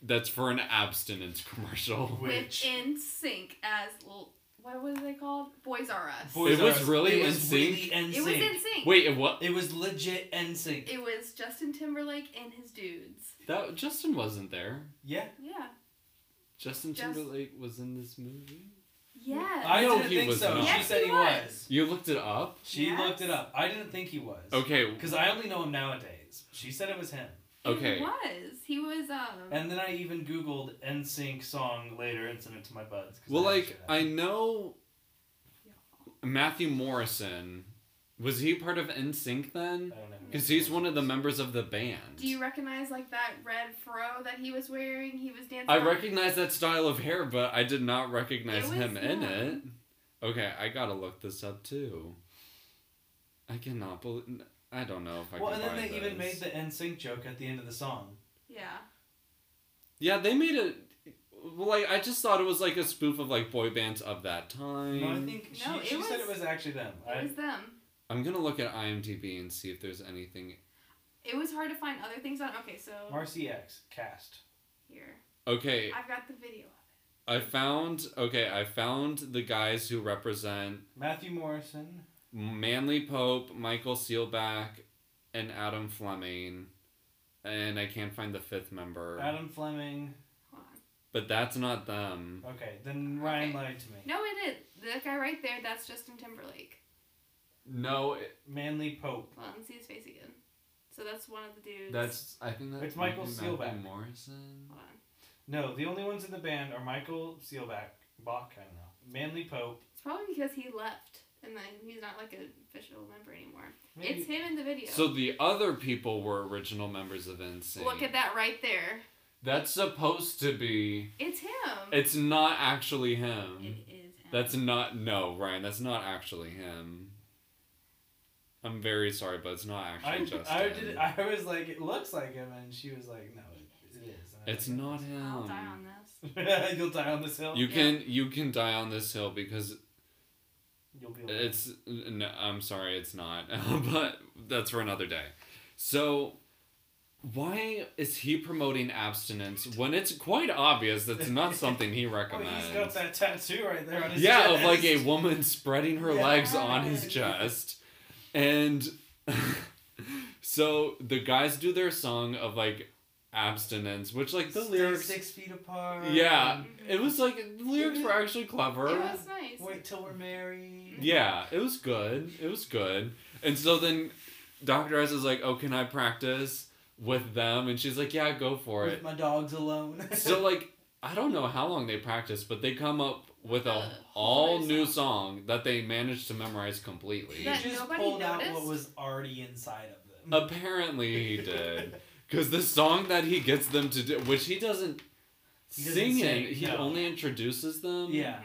S1: that's for an abstinence commercial.
S2: Which.
S3: In sync as l- what was they called? Boys Are Us.
S1: It was really NSYNC?
S2: it was really
S3: it was in
S2: NSYNC.
S3: sync.
S1: Wait, and what?
S2: It was legit NSYNC.
S3: It was Justin Timberlake and his dudes.
S1: That Justin wasn't there.
S2: Yeah.
S3: Yeah.
S1: Justin
S3: Just-
S1: Timberlake was in this movie.
S3: Yes.
S2: I
S1: No,
S2: didn't
S1: he
S2: think
S1: was
S2: so.
S1: not.
S2: She
S3: Yes,
S2: said
S3: he
S2: he
S3: was.
S2: was.
S1: You looked it up.
S2: She
S3: Yes.
S2: looked it up. I didn't think he was.
S1: Okay.
S2: Because I only know him nowadays. She said it was him.
S1: Okay.
S3: He was. He was um
S2: And then I even Googled NSYNC song later and sent it to my buds. 'cause
S1: Well,
S2: I
S1: like
S2: actually-
S1: I know Matthew Morrison Was he part of NSYNC
S2: I
S1: then?
S2: don't know. who
S1: Because
S2: Nick
S1: he's
S2: Jonas
S1: one of the
S2: is.
S1: members of the band.
S3: Do you recognize like that red fro that he was wearing? He was dancing.
S1: I
S3: on-
S1: recognize that style of hair, but I did not
S3: It
S1: recognize
S3: was
S1: him in
S3: him.
S1: it. Okay, I gotta look this up too. I cannot believe. I don't know if I
S2: Well,
S1: can
S2: and then
S1: find
S2: they even made
S1: this.
S2: the NSYNC joke at the end of the song.
S3: Yeah.
S1: Yeah, they made it. Well, like I just thought it was like a spoof of like boy bands of that time.
S2: No, I think she,
S3: Mm. No, it
S2: she said it
S3: was-
S2: was actually them.
S3: It
S2: I,
S3: was them.
S1: I'm gonna look at IMDb and see if there's anything.
S3: It was hard to find other things on. Okay, so
S2: Marcy X cast.
S3: here
S1: Okay,
S3: I've got the video.
S1: I found. Okay, I found the guys who represent
S2: Matthew Morrison.
S1: Manly Pope, Michael Sealback, and Adam Fleming. And I can't find the fifth member.
S2: Adam Fleming.
S3: Hold on.
S1: But that's not them.
S2: Okay, then Ryan
S3: Okay.
S2: lied to me.
S3: No, it is that guy right there. That's Justin Timberlake.
S1: No, it,
S2: Manly Pope.
S3: Hold on, see his face again. So that's one of the dudes.
S1: that's. I think that's.
S2: It's Michael Sealback.
S1: Morrison.
S3: Hold on.
S2: No, the only ones in the band are Michael Sealback, Bach, I don't know. Manly Pope.
S3: It's probably because he left and then he's not like an official member anymore.
S2: Maybe-
S3: It's him in the video.
S1: So the other people were original members of NSYNC.
S3: Look at that right there.
S1: That's supposed to be.
S3: It's him.
S1: It's not actually him.
S3: It is him.
S1: That's not no, Ryan. That's not actually him. I'm very sorry, but it's not actually
S2: I,
S1: Justin.
S2: I, did, I was like, it looks like him, and she was like, no, it, it is. And I
S1: it's
S2: was
S1: not
S3: I'll die
S1: him.
S3: on this.
S2: like, You'll die on this hill.
S1: You
S3: Yeah.
S1: can you can die on this hill because
S2: You'll be alone.
S1: it's no, I'm sorry, it's not. but that's for another day. So why is he promoting abstinence when it's quite obvious that's not something he
S2: Oh,
S1: recommends?
S2: he's got that tattoo right there on his
S1: yeah,
S2: chest.
S1: of like a woman spreading her legs on his
S3: Yes.
S1: chest. And so the guys do their song of like abstinence, which like the
S2: Stay
S1: lyrics
S2: six feet apart.
S1: Yeah.
S2: and
S1: It was like the lyrics were actually clever.
S3: Mm-hmm. It was nice.
S2: Wait till we're married.
S1: Yeah, it was good. It was good. And so then Dr. S is like, Oh, can I practice with them? And she's like, Yeah, go for
S2: With
S1: it.
S2: my dogs alone.
S1: so like I don't know how long they practiced, but they come up with a
S3: Uh,
S1: all
S3: whole
S1: new
S3: song.
S1: song that they managed to memorize completely.
S2: he
S3: That
S2: just
S3: nobody
S2: pulled out what
S3: noticed?
S2: was already inside of them.
S1: Apparently he did. Because the song that he gets them to do, which he doesn't,
S2: He doesn't
S1: sing,
S2: sing,
S1: in, he
S2: no.
S1: only introduces them.
S2: Yeah.
S3: Mhm.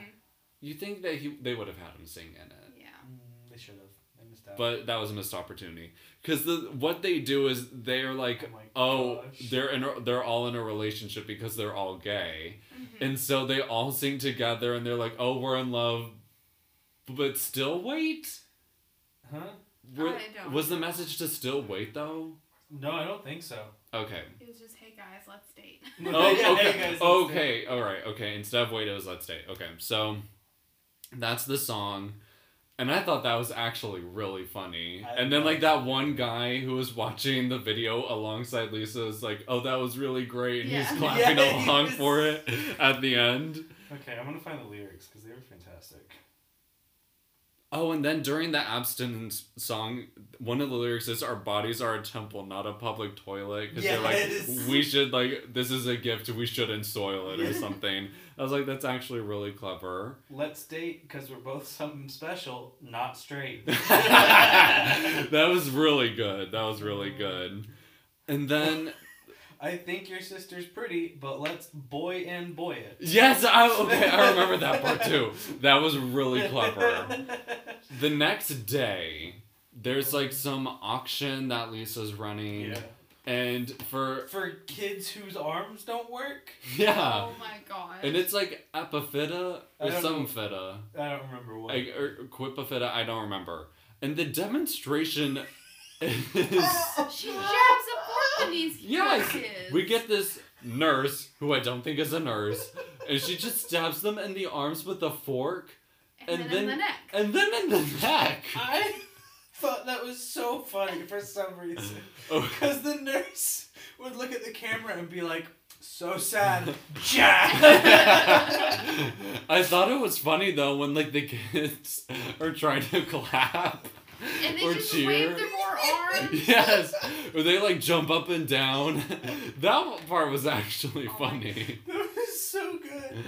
S1: You think that he they would have had him sing in it.
S3: Yeah.
S2: Mm, they should have. They missed out.
S1: But that was a missed opportunity. Because the what they do is they're like,
S2: Oh my
S1: oh,
S2: gosh.
S1: they're in a, they're all in a relationship because they're all gay,
S3: Mhm.
S1: and so they all sing together and they're like, oh, we're in love, but still wait.
S2: Huh?
S1: Were-
S3: I don't
S1: was the
S3: know.
S1: message to still wait though?
S2: No, I don't think so.
S1: Okay.
S3: It was just, hey guys, let's date.
S1: Oh,
S2: Yeah,
S1: okay.
S2: you guys missed it.
S1: okay. All right. Okay. Instead of wait, it was let's stay. Okay. So that's the song. And I thought that was actually really funny.
S2: I
S1: and then, like,
S2: love
S1: that one guy who was watching the video alongside Lisa is like, oh, that was really great. And
S3: Yeah.
S1: he's clapping
S2: Yeah, he
S1: along
S2: was-
S1: for it at the end.
S2: Okay, I'm gonna find the lyrics because they were fantastic.
S1: Oh, and then during the abstinence song, one of the lyrics is, our bodies are a temple, not a public toilet. Because they're
S2: Yes.
S1: like, we should, like, this is a gift. We shouldn't soil it or
S2: Yeah.
S1: something. I was like, that's actually really clever.
S2: Let's date because we're both something special, not straight. I
S1: that was really good. That was really good. And then
S2: think your sister's pretty, but let's boy and boy it.
S1: yes, I okay, I remember that part too. That was really clever. The next day, there's like some auction that Lisa's running,
S2: yeah.
S1: and for
S2: For kids whose arms don't work,
S1: yeah,
S3: oh my god.
S1: and it's like Epiphyta
S2: I
S1: or
S2: don't
S1: some
S2: know.
S1: feta,
S2: I don't remember what.
S1: like, or Quipifeta. I don't remember. And the demonstration is.
S3: she jabs a fork in these
S1: Yes,
S3: kids.
S1: We get this nurse, who I don't think is a nurse, and she just stabs them in the arms with a fork
S3: and,
S1: and
S3: then, in the
S1: then-
S3: neck.
S1: and then in the neck.
S2: I thought that was so funny for some reason.
S1: Oh,
S2: Because the nurse would look at the camera and be like, so sad, Jack!
S1: I thought it was funny though when like the kids are trying to clap
S3: and they
S1: or
S3: just
S1: cheer.
S3: wave their more arms.
S1: Yes, or they like jump up and down. that part was actually
S3: Oh my
S1: funny.
S2: that was so good.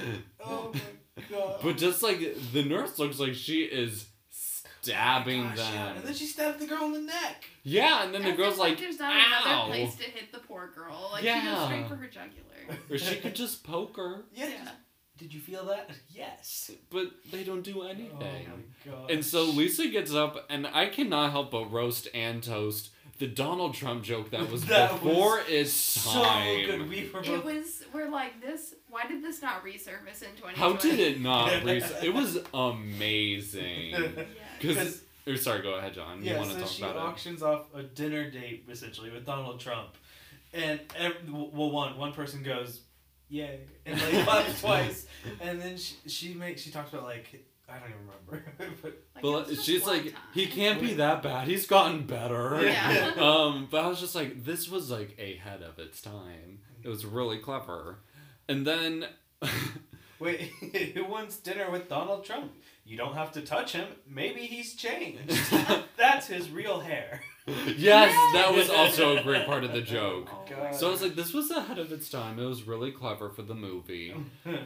S2: Oh my god.
S1: But just like the nurse looks like she is stabbing
S2: Gosh,
S1: them.
S2: yeah. And then she stabbed the girl in the neck.
S1: yeah, and then the
S3: I
S1: girl's
S3: feel
S1: like,
S3: there's not
S1: ow.
S3: another place to hit the poor girl. Like she goes
S1: Yeah.
S3: straight for her jugular.
S1: Or she could just poke her,
S2: Yeah.
S3: Yeah.
S2: just- Did you feel that? Yes.
S1: but they don't do
S2: Oh
S1: anything.
S2: my god.
S1: and so Lisa gets up, and I cannot help but roast and toast the Donald Trump joke that was
S2: That was
S1: before is
S2: so
S1: time.
S2: good. We were
S3: It
S2: both.
S3: was we're like this. Why did this not resurface in 2020?
S1: How did it not? Reese? It was amazing.
S3: Yeah.
S1: Because, or sorry, go ahead, John. You
S2: Yeah,
S1: want to
S2: so
S1: talk
S2: she
S1: about it?
S2: auctions off a dinner date essentially with Donald Trump, and ev- well, one one person goes, "Yay!" and like claps twice, and then she she makes she talks about like I don't even remember, but
S3: Like, it
S1: But
S3: was just
S1: she's
S3: one
S1: like,
S3: time.
S1: he can't be that bad. He's gotten better.
S3: Yeah.
S1: Um, but I was just like, this was like ahead of its time. It was really clever. And then,
S2: wait, who wants dinner with Donald Trump? You don't have to touch him. Maybe he's changed. That's his real hair.
S1: yes, that was also a great part of the joke.
S2: Oh my God.
S1: So I was like, this was ahead of its time. It was really clever for the movie.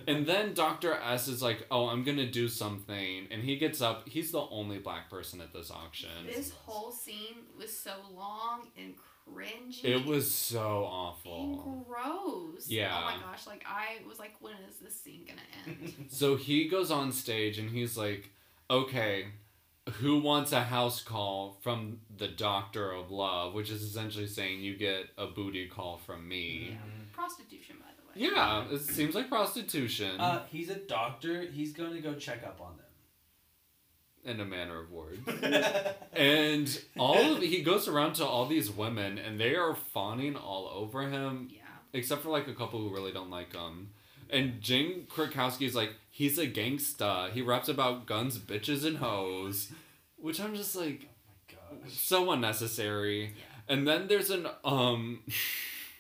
S1: And then Dr. S is like, oh, I'm going to do something. And he gets up. He's the only black person at this auction.
S3: This whole scene was so long and cringy.
S1: It was so awful.
S3: and gross.
S1: Yeah.
S3: Oh my gosh! Like I was like, when is this scene gonna end?
S1: So he goes on stage and he's like, okay, who wants a house call from the Doctor of Love? Which is essentially saying you get a booty call from me.
S3: Prostitution, by the way.
S1: Yeah, it seems like prostitution
S2: Uh, he's a doctor. He's going to go check up on
S1: in a manner of words.
S2: them.
S1: And all of he goes around to all these women and they are fawning all over him,
S3: Yeah.
S1: except for like a couple who really don't like him. And Jane Krakowski is like, he's a gangsta. He raps about guns, bitches, and hoes. Which I'm just like,
S2: oh my gosh.
S1: so unnecessary.
S3: Yeah.
S1: And then there's an um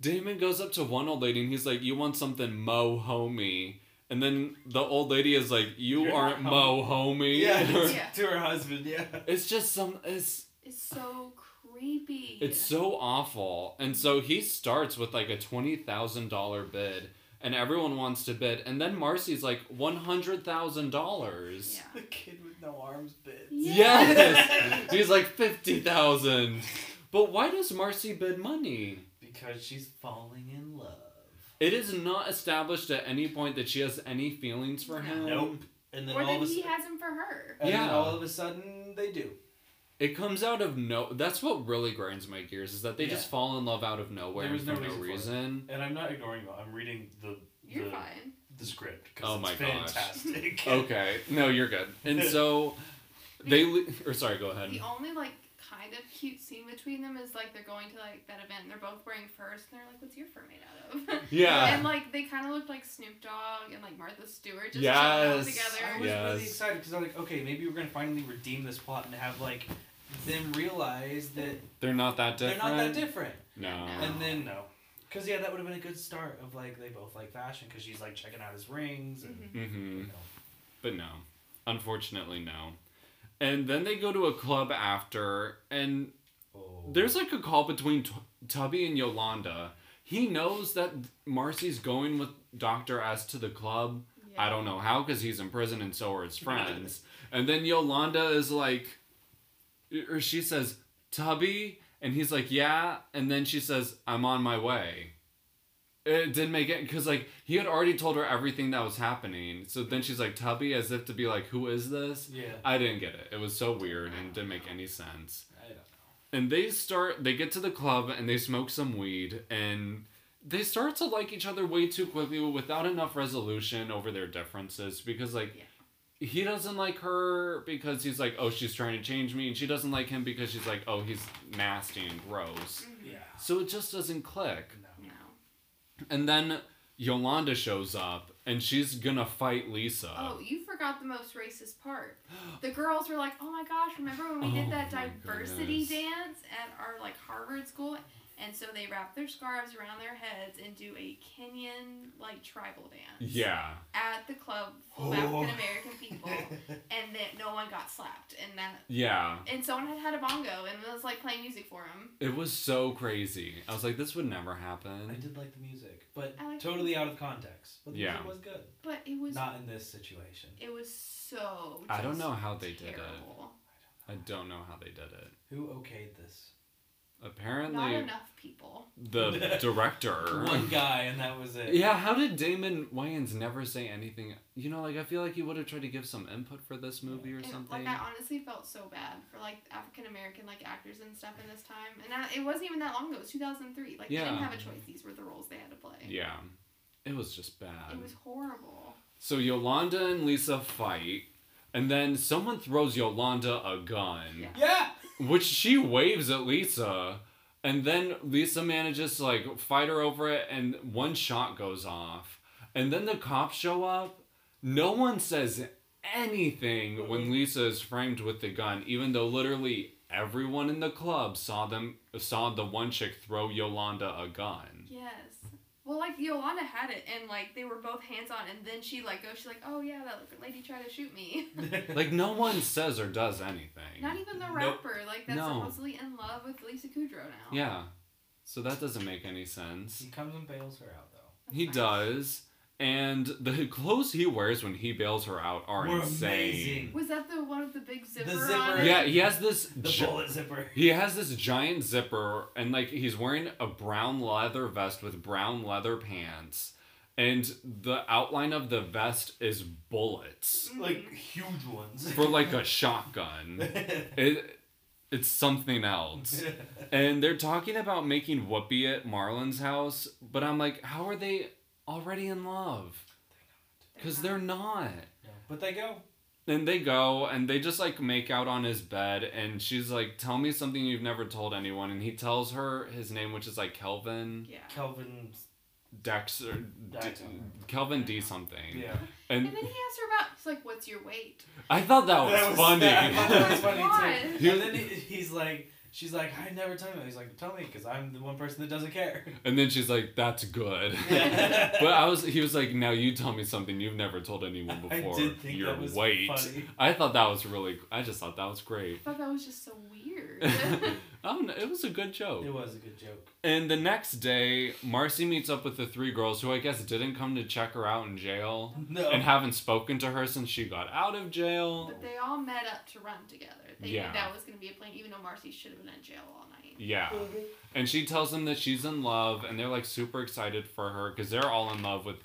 S1: Damon goes up to one old lady and he's like, You want something mo homie? And then the old lady is like, You
S2: You're
S1: aren't
S2: not
S1: mo homie.
S2: Yeah,
S3: it's-
S2: yeah. to her husband. Yeah.
S1: It's just some it's
S3: It's so creepy.
S1: it's so awful. And so he starts with like a twenty thousand dollar bid and everyone wants to bid and then Marcy's like one hundred thousand dollars.
S3: Yeah.
S2: The kid with no arms bit.
S3: Yeah.
S1: Yes. He's like fifty thousand. But why does Marcy bid money?
S2: Because she's falling in love.
S1: It is not established at any point that she has any feelings for him.
S2: Nope. And then
S3: Or
S2: all
S3: that
S2: of a
S3: he
S2: sudden,
S3: has him for her.
S2: and then
S1: Um, Yeah.
S2: all of a sudden they do.
S1: It comes out of no. That's what really grinds my gears is that they just
S2: Yeah.
S1: fall in love out of nowhere
S2: There was
S1: for no
S2: no
S1: reason.
S2: reason for it. And I'm not ignoring you. I'm reading the
S3: You're
S2: the,
S3: fine.
S2: the script
S1: Oh
S2: because
S1: my
S2: it's
S1: gosh.
S2: fantastic.
S1: Okay, no, you're good. And so they le- or sorry, go ahead.
S3: The only like kind of cute scene between them is like they're going to like that event and they're both wearing furs and they're like, What's your fur made out of?
S1: Yeah.
S3: and like they kinda looked like Snoop Dogg and like Martha Stewart just
S1: Yes.
S3: chilling
S2: I
S3: out
S2: was
S3: together.
S2: really
S1: Yes.
S2: excited because I'm like, okay, maybe we're gonna finally redeem this plot and have like them realize that
S1: They're not that
S2: they're
S1: different.
S2: not that different.
S1: No.
S2: And then no, because yeah, that would have been a good start of like they both like fashion because she's like checking out his rings and
S3: Mhm.
S1: mm-hmm.
S2: you know,
S1: But no. Unfortunately, no. And then they go to a club after and
S2: oh.
S1: There's like a call between T- Tubby and Yolanda. He knows that Marcy's going with Dr. S to the club.
S3: Yeah.
S1: I don't know how because he's in prison and so are his friends. and then Yolanda is like, e, or she says, Tubby? And he's like, yeah. And then she says, I'm on my way. It didn't make it because like he had already told her everything that was happening. So then she's like, Tubby, as if to be like, who is this?
S2: yeah.
S1: I didn't get it. It was so weird and didn't make any sense
S2: I don't know.
S1: and they start they get to the club and they smoke some weed and they start to like each other way too quickly without enough resolution over their differences because like he doesn't like her because he's like oh she's trying to change me and she doesn't like him because she's like oh he's nasty and gross
S3: Mhm.
S2: Yeah.
S1: so it just doesn't click
S2: No.
S3: No.
S1: and then yolanda shows up and she's gonna fight lisa
S3: Oh, you forgot the most racist part. The girls were like, "Oh my gosh, remember when we
S1: Oh
S3: did that
S1: my
S3: diversity
S1: goodness.
S3: dance at our like Harvard school?" And so they wrap their scarves around their heads and do a Kenyan like tribal dance
S1: Yeah.
S3: at the club full of
S2: Oh.
S3: African American people, and that no one got slapped, and that
S1: Yeah.
S3: and someone had had a bongo and was like playing music for him.
S1: It was so crazy. I was like, this would never
S2: I
S1: happen.
S2: did like the music, but
S3: I like-
S2: totally out of context. But the
S1: Yeah.
S2: music was good.
S3: But it was
S2: Not in this situation.
S3: it was so.
S1: I don't
S3: just
S1: know how they did it.
S3: terrible.
S1: I don't know how they did it.
S2: Who okayed this?
S3: Not
S1: Apparently,
S3: enough people.
S1: the director.
S2: One guy, and that was it.
S1: Yeah, how did Damon Wayans never say anything? You know, like I feel like he would have tried to give some input for this movie or
S3: And,
S1: something.
S3: Like I honestly felt so bad for like African American like actors and stuff in this time, and that, it wasn't even that long ago. It was two thousand three. Like they didn't
S1: Yeah.
S3: have a choice. These were the roles they had to play.
S1: Yeah, it was just bad.
S3: It was horrible.
S1: So Yolanda and Lisa fight, and then someone throws Yolanda a gun,
S3: Yeah.
S2: Yeah.
S1: which she waves at Lisa, and then Lisa manages to like fight her over it, and one shot goes off, and then the cops show up. No one says anything when Lisa is framed with the gun, even though literally everyone in the club saw them saw the one chick throw Yolanda a gun.
S3: Yes. Well, like Yolanda had it, and like they were both hands on, and then she like goes, she's like, oh yeah, that lady tried to shoot me.
S1: Like no one says or does anything.
S3: Not even the
S2: Nope.
S3: rapper, like that's
S1: No.
S3: supposedly in love with Lisa Kudrow now.
S1: Yeah. So that doesn't make any sense.
S2: he comes and bails her out though.
S3: That's
S1: He
S3: nice.
S1: does. And the clothes he wears when he bails her out are
S2: Were
S1: insane.
S2: amazing.
S3: Was that the one with the big zipper?
S2: zipper.
S3: On it?
S1: Yeah, he has this
S2: The
S1: gi-
S2: bullet zipper.
S1: he has this giant zipper and like he's wearing a brown leather vest with brown leather pants and the outline of the vest is bullets
S2: Like huge ones.
S1: for like a shotgun. It it's something else. And they're talking about making Whoopi at Marlon's house, but I'm like, how are they already in love? Because they're not.
S2: but they go.
S1: And they go and they just like make out on his bed, and she's like, tell me something you've never told anyone. And he tells her his name, which is like Kelvin
S3: Yeah.
S2: Kelvin.
S1: Dexter. D-
S2: Dexter.
S1: Kelvin D something.
S2: Yeah.
S3: And
S1: And
S3: then he asked her about, he's like, what's your weight?
S1: I thought that was, funny.
S2: I thought that was
S3: Oh my
S2: funny too.
S1: God.
S2: And then he, he's like, she's like, I never tell you. He's like, tell me, because I'm the one person that doesn't care.
S1: and then she's like, that's good. But I was, he was like, now you tell me something you've never told anyone
S2: I
S1: before.
S2: did think
S1: your
S2: that was
S1: weight.
S2: funny.
S1: I thought that was really. I just thought that was great.
S3: I thought that was just so weird.
S1: I don't know. It was a good
S2: It
S1: joke.
S2: was a good joke.
S1: And the next day, Marcy meets up with the three girls who I guess didn't come to check her out in jail
S2: No.
S1: and haven't spoken to her since she got out of jail.
S3: but they all met up to run together. They
S1: Yeah.
S3: knew that was going to be a plan, even though Marcy should have been in jail all night.
S1: Yeah. And she tells them that she's in love and they're like super excited for her because they're all in love with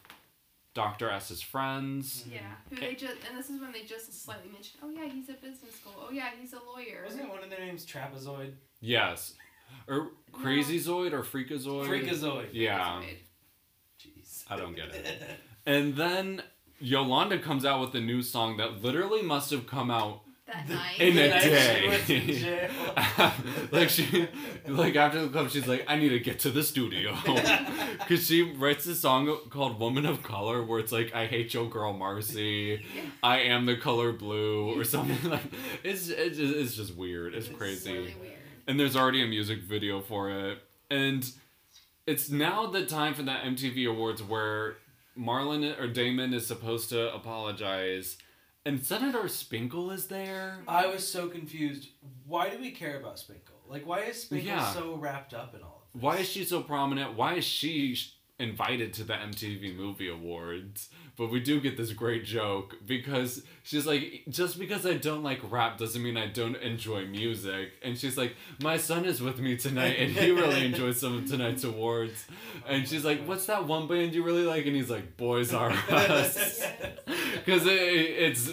S1: Dr. S's friends.
S3: Yeah. Who they just, and this is when they just slightly mentioned, oh yeah, he's at business school. Oh yeah, he's a lawyer.
S2: Wasn't one of their names Trapezoid?
S1: Yes. Or Crazy Zoid or Freakazoid.
S2: Freakazoid.
S1: Yeah.
S3: That's weird.
S2: Jeez.
S1: I don't get it. And then Yolanda comes out with a new song that literally must have come out
S3: That
S2: The-
S3: night.
S1: In a
S2: And she
S1: day.
S2: was in jail.
S1: like she like after the club she's like I need to get to the studio cuz she writes a song called Woman of Color where it's like I hate your girl Marcy I am the color blue or something like it's it's just, it's just weird it's
S3: It's
S1: crazy
S3: really weird.
S1: and there's already a music video for it. And it's now the time for the MTV Awards where Marlon or Damon is supposed to apologize, and Senator Spinkle is there.
S2: I was so confused. Why do we care about Spinkle? Like, why is Spinkle
S1: Yeah.
S2: so wrapped up in all of this?
S1: Why is she so prominent? Why is she sh- invited to the MTV Movie Awards? But we do get this great joke because she's like, just because I don't like rap doesn't mean I don't enjoy music. And she's like, my son is with me tonight and he really enjoys some of tonight's awards. And she's like, what's that one band you really like? And he's like, Boys Are Us. Because it, it's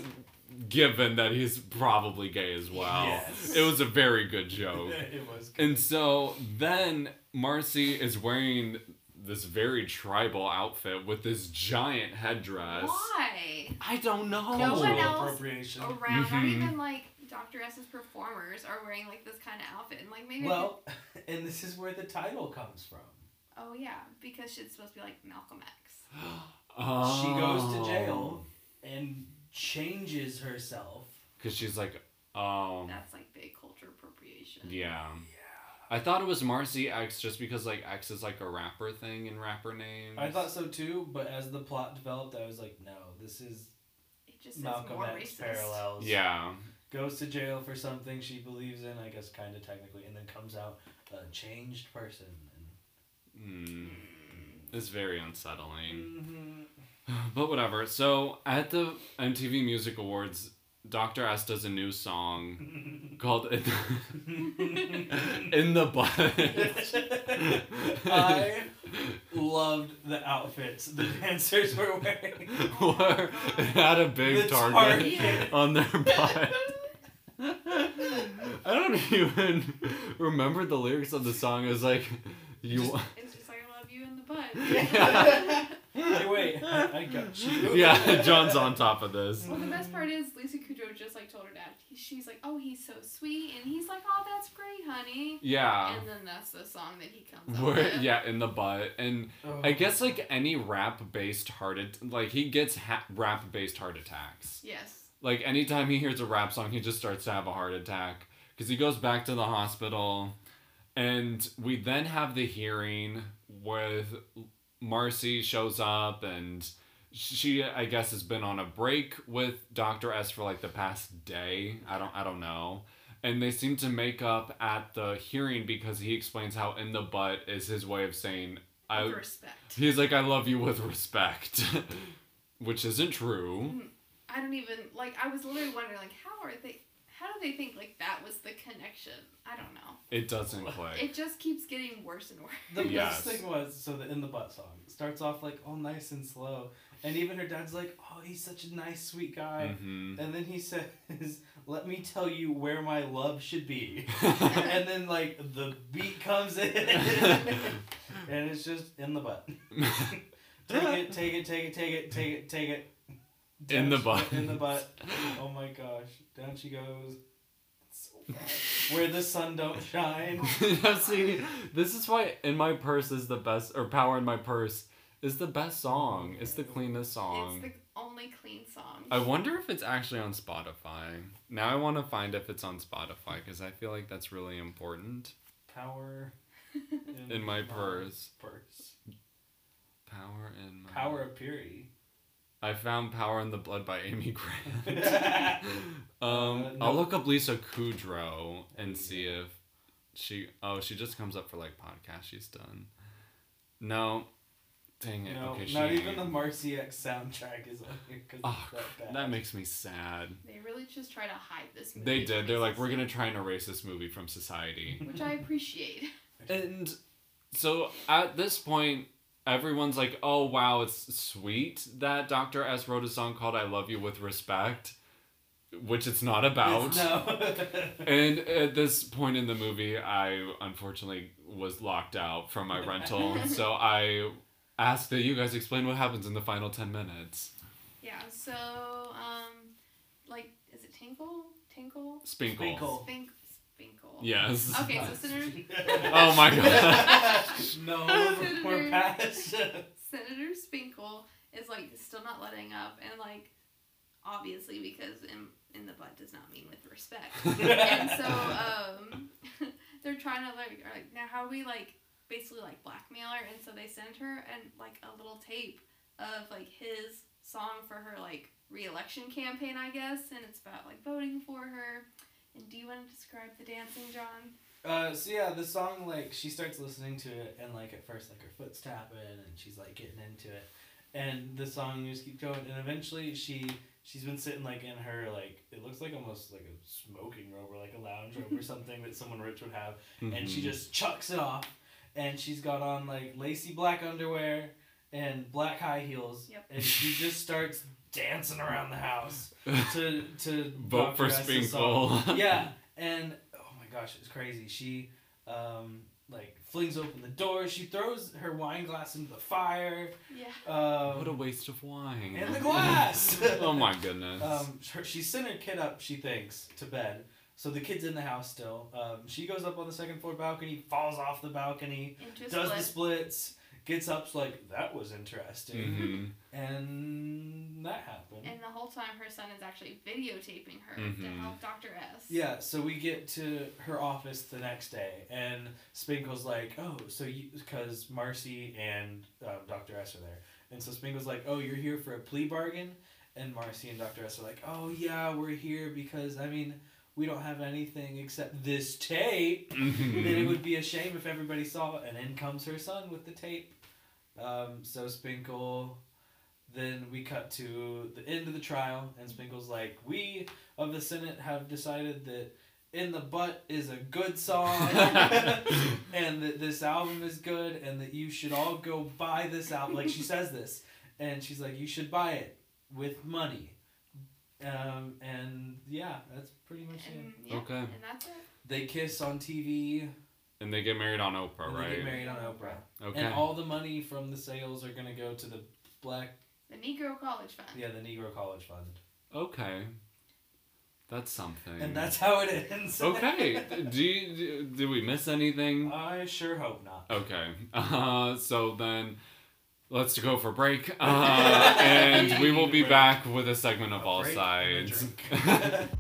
S1: given that he's probably gay as well.
S2: Yes.
S1: It was a very good joke.
S2: it was good.
S1: And so then Marcy is wearing this very tribal outfit with this giant headdress.
S3: Why?
S1: I don't know.
S3: No one
S2: Cultural
S3: else
S2: appropriation.
S3: Around, not
S1: Mhm.
S3: even like Dr. S's performers are wearing like this kind of outfit. And like maybe. I
S2: Well, and this is where the title comes from.
S3: could- oh yeah, because it's supposed to be like Malcolm X.
S1: Oh.
S2: She goes to jail and changes herself.
S1: Cause she's like, um,
S3: That's like big culture appropriation.
S1: yeah. I thought it was Marcy X just because like X is like a rapper thing in rapper names.
S2: I thought so too, but as the plot developed, I was like, no, this is
S3: It just is
S2: Malcolm
S3: more
S2: X
S3: racist.
S2: parallels.
S1: Yeah.
S2: Goes to jail for something she believes in, I guess, kind of technically, and then comes out a changed person.
S1: Mm. It's very unsettling. Mm-hmm.
S2: And...
S1: But whatever. So at the MTV Music Awards, Dr. S does a new song called In the, In the Butt.
S2: I loved the outfits the dancers were wearing.
S1: Where it had a big
S2: The
S1: target
S2: target.
S1: on their butt. I don't even remember the lyrics of the song. It was like, you.
S2: Just-
S3: It's just like I love you in the butt.
S1: Yeah.
S2: Hey, wait, I, I got you.
S1: yeah, John's on top of this.
S3: Well, the best part is Lucy Kudrow just like told her dad. He, she's like, "Oh, he's so sweet," and he's like, "Oh, that's great, honey."
S1: Yeah.
S3: And then that's the song that he comes up
S1: Where,
S3: with.
S1: yeah, in the butt. And
S2: Oh.
S1: I guess like any rap based heart at- like he gets ha- rap based heart attacks.
S3: Yes.
S1: Like anytime he hears a rap song, he just starts to have a heart attack because he goes back to the hospital, and we then have the hearing with Marcy shows up and she I guess has been on a break with Doctor S for like the past day. I don't I don't know. And they seem to make up at the hearing because he explains how in the butt is his way of saying I
S3: With respect.
S1: He's like, I love you with respect, which isn't true.
S3: I don't even like. I was literally wondering like, how are they? How do they think like that was the connection? I don't know.
S1: It doesn't click.
S3: It just keeps getting worse and worse.
S2: The
S1: Yes.
S2: best thing was so the in the butt song starts off like all nice and slow, and even her dad's like, "Oh, he's such a nice, sweet guy,"
S1: hmm
S2: and then he says, "Let me tell you where my love should be," and then like the beat comes in, and it's just in the butt. Take it, take it, take it, take it, take it, take it.
S1: In the
S2: she-
S1: butt.
S2: In the butt. Oh my gosh! Down she goes. It's so bad. Where the sun don't shine.
S1: Now, See, this is why In My Purse is the best, or Power in My Purse is the best song. It's the cleanest song.
S3: It's the only clean song.
S1: Um, I wonder if it's actually on Spotify. Now I want to find if it's on Spotify because I feel like that's really important.
S2: Power
S1: In my purse.
S2: Purse.
S1: Power in my.
S2: Power of Puri.
S1: I found Power in the Blood by Amy Grant.
S2: That's
S1: Um,
S2: Uh,
S1: I'll
S2: no.
S1: look up Lisa Kudrow and see if she. Oh, she just comes up for like podcast. She's done. No, dang it.
S2: no,
S1: okay, she
S2: not even
S1: ain't.
S2: the Marcy X soundtrack is on here because
S1: Oh,
S2: it's that bad.
S1: that makes me sad.
S3: They really just try to hide this movie.
S1: They
S3: from
S1: did. They're like, we're gonna
S3: existence,
S1: try and erase this movie from society.
S3: Which I appreciate.
S1: and so at this point, everyone's like, "Oh wow, it's sweet that Dr. S wrote a song called "I Love You with Respect," which it's not about.
S2: It's- No.
S1: And at this point in the movie, I unfortunately was locked out from my rental, so I asked that you guys explain what happens in the final 10 minutes.
S3: Yeah. So, um, like, is it Tinkle? Tinkle?
S1: Spinkle.
S2: Spinkle.
S3: Spink. Spinkle.
S1: Yes.
S3: Okay, so Senator
S1: Oh my god.
S2: no, we're, we're past.
S3: Senator Spinkle is like still not letting up, and like, obviously because in in the butt does not mean with respect. and so um, they're trying to like, are like now how we like basically like blackmail her, and so they send her and like a little tape of like his song for her like reelection campaign, I guess, and it's about like voting for her. And do you want to describe the dancing, John?
S2: Uh, so yeah, the song like she starts listening to it and like at first like her foot's tapping and she's like getting into it, and the song just keeps going and eventually she she's been sitting like in her like it looks like almost like a smoking robe or like a lounge robe or something that someone rich would have and
S1: Mm-hmm.
S2: she just chucks it off and she's got on like lacy black underwear and black high heels
S3: Yep.
S2: and she just starts dancing around the house to to
S1: vote for
S2: Dr. S's song
S1: Spinkle.
S2: yeah, and oh my gosh, it was crazy. She um like flings open the door. She throws her wine glass into the fire.
S3: Yeah.
S2: Um,
S1: What a waste of wine.
S2: And the glass!
S1: oh my goodness.
S2: um, her, she sent her kid up. She thinks to bed. So the kid's in the house still. Um, she goes up on the second floor balcony, falls off the balcony,
S3: Into a
S2: does the
S3: split.
S2: splits, gets up's like, that was interesting.
S1: hmm
S2: And that happened.
S3: And the whole time her son is actually videotaping her to
S1: Mhm.
S3: help Dr. S.
S2: Yeah, so we get to her office the next day, and Spinkle's like, "Oh, so you?" Because Marcy and um, Doctor S are there, and so Spinkle's like, "Oh, you're here for a plea bargain," and Marcy and Doctor S are like, "Oh yeah, we're here because I mean, we don't have anything except this tape. Then
S1: Mm-hmm.
S2: it would be a shame if everybody saw it." And in comes her son with the tape. Um, so Spinkle. Then we cut to the end of the trial, and Spinkle's like, "We of the Senate have decided that In the Butt is a good song and that this album is good and that you should all go buy this album. Like she says this. And she's like, you should buy it with money. Um, and yeah, that's pretty much it.
S3: And, yeah,
S1: Okay.
S3: And that's it.
S2: They kiss on TV
S1: And they get married on Oprah,
S2: and
S1: right?
S2: they get married on Oprah.
S1: Okay.
S2: And all the money from the sales are going to go to the black,
S3: The Negro College Fund.
S2: yeah, the Negro College Fund.
S1: okay. That's something.
S2: And that's how it ends.
S1: okay. Do you, do, did we miss anything?
S2: I sure hope not.
S1: Okay. Uh, so then let's go for break. Uh, and we will be back with a segment of
S2: A
S1: All
S2: break and a
S1: Sides.
S2: drink.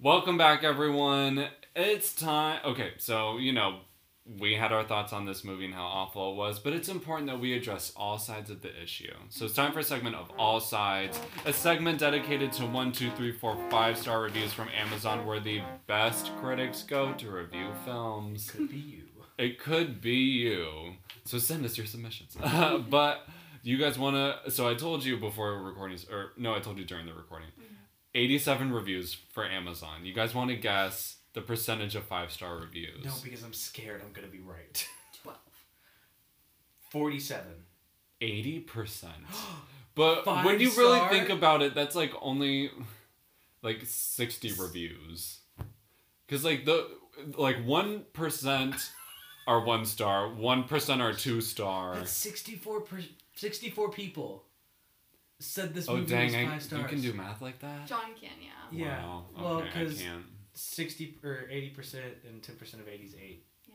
S1: Welcome back, everyone. It's time. Okay, so, you know, we had our thoughts on this movie and how awful it was, but it's important that we address all sides of the issue. So it's time for a segment of All Sides, a segment dedicated to one, two, three, four, five star reviews from Amazon where the best critics go to review films.
S2: Could be you.
S1: It could be you. So send us your submissions. but you guys want to. So I told you before recording, or no, I told you during the recording. 87 reviews for Amazon. You guys want to guess the percentage of five star reviews?
S2: No, because I'm scared I'm gonna be right.
S3: 12.
S2: Forty-seven.
S1: 80%. But
S2: Five
S1: when you really
S2: star?
S1: think about it, that's like only like 60 reviews. Cuz like the like 1% are one star, 1% are two star.
S4: That's 64 per, 64 people said this
S1: Oh
S4: movie was
S1: dang, I,
S4: five stars.
S1: you can do math like that?
S3: John Kenya. Yeah.
S2: Yeah.
S1: Wow.
S2: Well,
S1: okay, I
S2: 'cause-
S1: can't.
S2: Sixty or eighty percent, and ten percent of eighty is eight.
S3: Yeah,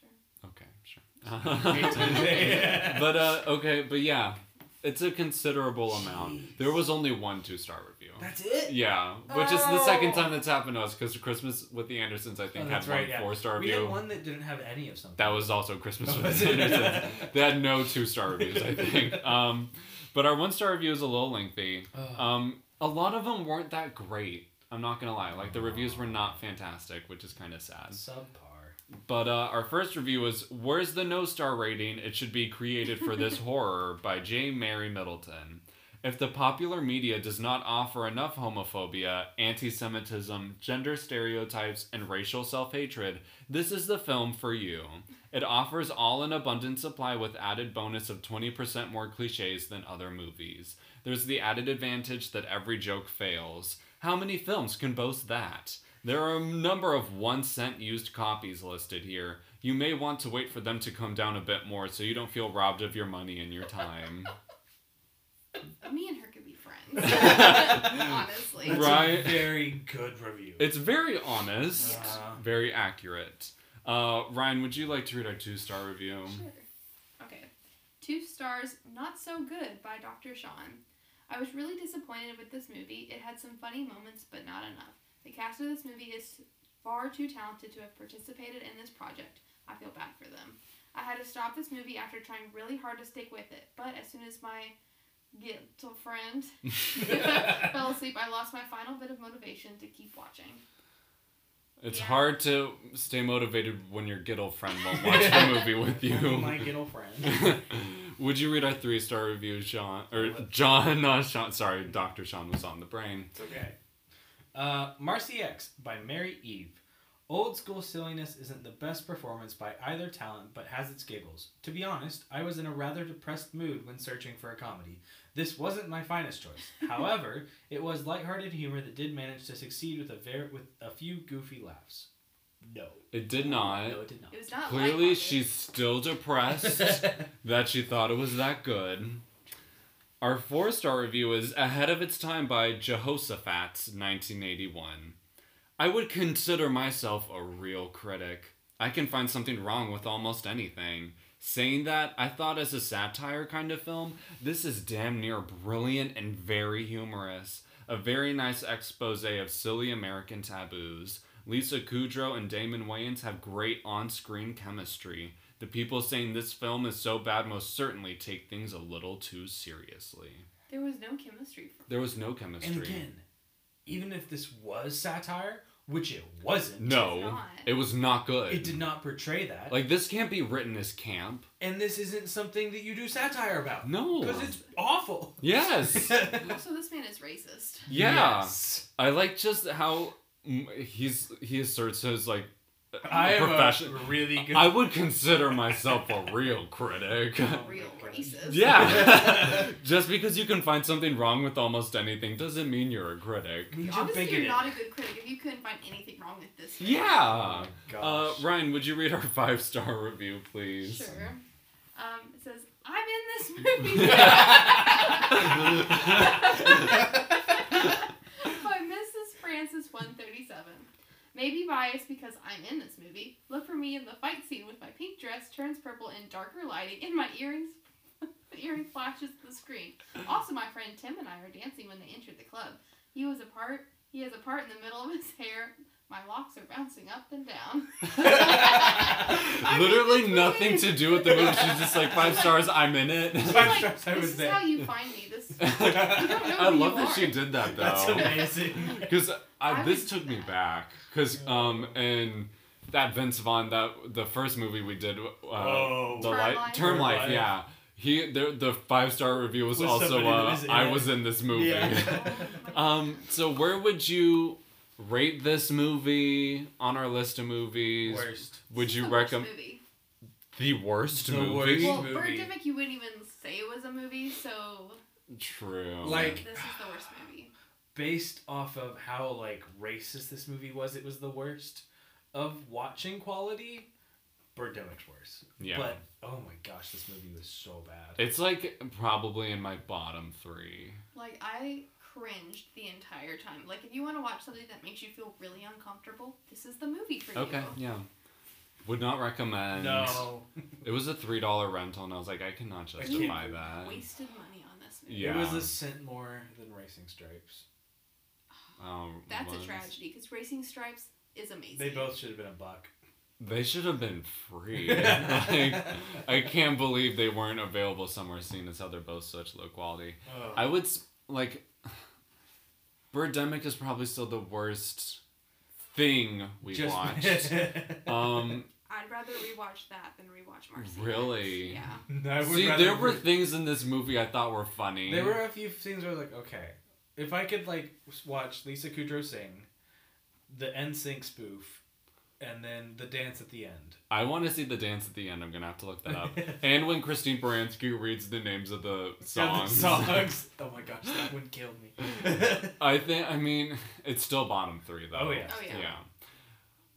S3: sure.
S1: Okay, sure. but uh okay, but yeah. It's a considerable amount. There was only one two star review.
S4: That's it.
S1: Yeah, which is the second
S4: Oh.
S1: time that's happened to us because Christmas with the Andersons, I think,
S2: Oh,
S1: had
S2: that's
S1: one
S2: right, yeah.
S1: four star
S2: We had
S1: review.
S2: one that didn't have any of something.
S1: That was also Christmas
S2: Oh,
S1: with
S2: was
S1: the
S2: it?
S1: Andersons. they had no two star reviews, I think. Um, but our one star review is a little lengthy.
S2: Ugh.
S1: Um, a lot of them weren't that great. I'm not gonna lie. Like the reviews were not fantastic, which is kind of sad.
S2: subpar.
S1: But uh, our first review was Where's the No Star rating? It should be created for this horror by J. Mary Middleton. If the popular media does not offer enough homophobia, anti Semitism, gender stereotypes, and racial self hatred, this is the film for you. It offers all in abundant supply with added bonus of 20% more cliches than other movies. There's the added advantage that every joke fails. How many films can boast that? There are a number of one cent used copies listed here. You may want to wait for them to come down a bit more so you don't feel robbed of your money and your time.
S3: Me and her could be friends. Honestly.
S2: That's
S1: Right.
S2: a very good review.
S1: It's very honest,
S2: Yeah.
S1: very accurate. Uh, Ryan, would you like to read our two star review?
S3: Sure. Okay. Two stars, not so good by Dr. Sean. I was really disappointed with this movie. It had some funny moments, but not enough. The cast of this movie is far too talented to have participated in this project. I feel bad for them. I had to stop this movie after trying really hard to stick with it, but as soon as my little friend fell asleep, I lost my final bit of motivation to keep watching.
S1: It's
S3: Yeah.
S1: hard to stay motivated when your good old friend won't watch the movie with
S2: Oh my
S1: you.
S2: good old friend.
S1: would you read our three star review, Sean? Or John, not Sean. Sorry, Dr. Sean was on the brain.
S2: It's okay. Uh, Marcy X by Mary Eve. Old school silliness isn't the best performance by either talent, but has its giggles. To be honest, I was in a rather depressed mood when searching for a comedy. This wasn't my finest choice. However, it was lighthearted humor that did manage to succeed with a ver- with a few goofy laughs. No.
S1: It did not.
S2: No, it did not.
S3: It was not
S1: Clearly,
S3: lighthearted.
S1: she's still depressed that she thought it was that good. Our four star review is Ahead of Its Time by Jehoshaphat's 1981. I would consider myself a real critic. I can find something wrong with almost anything. Saying that, I thought as a satire kind of film, this is damn near brilliant and very humorous. A very nice expose of silly American taboos. Lisa Kudrow and Damon Wayans have great on screen chemistry. The people saying this film is so bad most certainly take things a little too seriously.
S3: There was no chemistry. For
S1: There was no chemistry.
S2: And again, even if this was satire, which it wasn't,
S3: It's
S1: no,
S3: not.
S1: it was not good.
S2: it did not portray that.
S1: Like this can't be written as camp.
S2: and this isn't something that you do satire about.
S1: No.
S2: Because it's awful.
S1: Yes.
S3: also, this man is racist.
S1: Yeah.
S2: Yes.
S1: I like just how mm, he's he asserts his like
S2: I am
S1: profession.
S2: a really good.
S1: I would consider myself a real critic.
S2: Oh.
S3: Real racist.
S1: yeah. just because you can find something wrong with almost anything doesn't mean you're a critic.
S2: Means you're
S3: Obviously,
S2: bigoted.
S3: you're not a good critic if you couldn't find anything wrong with this. film.
S1: Yeah. Uh,
S2: Oh, Gosh.
S1: Ryan, would you read our five star review, please?
S3: Sure. Um, it says, I'm in this movie. by Mrs. Francis 137. Maybe biased because I'm in this movie. Look for me in the fight scene with my pink dress turns purple in darker lighting and my earrings earring flashes to the screen. Also my friend Tim and I were dancing when they entered the club. He was a part he has a part in the middle of his hair. My locks are bouncing up and down. I'm in
S1: Literally
S3: this
S1: nothing
S3: movie.
S1: to do with the movie. She's just like five stars. I'm in
S3: I'm
S1: it.
S2: Five
S3: like,
S2: stars, I
S3: this
S2: was
S3: is
S2: there."
S3: how you find me. This know
S1: I
S3: who
S1: love
S3: you
S1: that
S3: are.
S1: she did that though.
S2: That's amazing.
S1: Because
S3: I
S1: this
S3: was-
S1: took me back. Because um and that Vince Vaughn that the first movie we did uh,
S2: Oh.
S1: the
S3: Term
S1: light
S3: Life.
S1: term
S2: Term
S1: life,
S2: Life.
S1: yeah he the, the five star review was,
S2: Was
S1: also
S2: somebody that
S1: uh,
S2: was in
S1: I
S2: it.
S1: was in this movie.
S2: Yeah.
S1: um so where would you rate this movie on our list of movies?
S2: Worst.
S1: Would
S3: This
S1: you
S3: is the worst
S1: recommend
S3: movie.
S1: the worst
S2: The
S1: movie?
S2: worst.
S3: Well,
S2: movie.
S3: Birdemic, you wouldn't even say it was a movie, so
S1: True.
S2: Like-
S3: this is the worst movie.
S2: Based off of how like racist this movie was, it was the worst of watching quality. Birdemic's worse.
S1: yeah.
S2: But oh my gosh, this movie was so bad.
S1: it's like probably in my bottom three.
S3: Like I cringed the entire time. Like if you want to watch something that makes you feel really uncomfortable, this is the movie for
S1: Okay,
S3: you.
S1: yeah. Would not recommend.
S2: no.
S1: It was a three dollar rental, and I was like, I cannot
S2: I can't
S1: justify
S2: do
S1: that.
S3: Wasted money on this movie.
S1: Yeah.
S2: It was a cent more than Racing Stripes.
S1: Um,
S3: That's
S1: was-
S3: a tragedy because Racing Stripes is amazing.
S2: They both should have been a buck.
S1: They should have been free. like, I can't believe they weren't available somewhere, seeing as how they're both such low quality.
S2: Oh.
S1: I would s- like. Birdemic is probably still the worst thing we
S2: Just-
S1: watched. um,
S3: I'd rather rewatch that than rewatch Marcy.
S1: Really?
S3: Yeah.
S2: I would
S1: see,
S2: rather
S1: there were
S2: re-
S1: things in this movie I thought were funny.
S2: there were a few things where I was like, okay, if I could like s- watch Lisa Kudrow sing, the NSYNC spoof, and then the dance at the end.
S1: I want to see the dance at the end. I'm gonna have to look that up. and when Christine Baranski reads the names of the
S2: Yeah, the
S1: songs,
S2: songs. oh my gosh, that one killed me.
S1: I think. I mean, it's still bottom three though.
S2: Oh, yeah.
S3: Oh, yeah.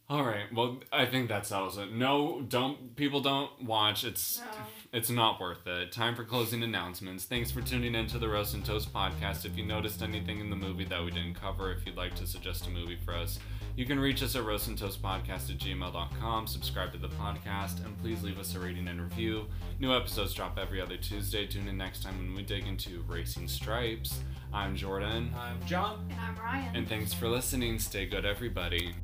S1: All right. Well, I think that settles it. No, don't people don't watch. It's
S3: No.
S1: it's not worth it. Time for closing announcements. Thanks for tuning in to the Roast and Toast podcast. If you noticed anything in the movie that we didn't cover, if you'd like to suggest a movie for us, you can reach us at roastandtoastpodcast at gmail.com, subscribe to the podcast, and please leave us a rating and review. New episodes drop every other Tuesday. Tune in next time when we dig into Racing Stripes. I'm Jordan,
S2: I'm Um, John.
S3: And I'm Ryan.
S1: and thanks for listening. Stay good, everybody.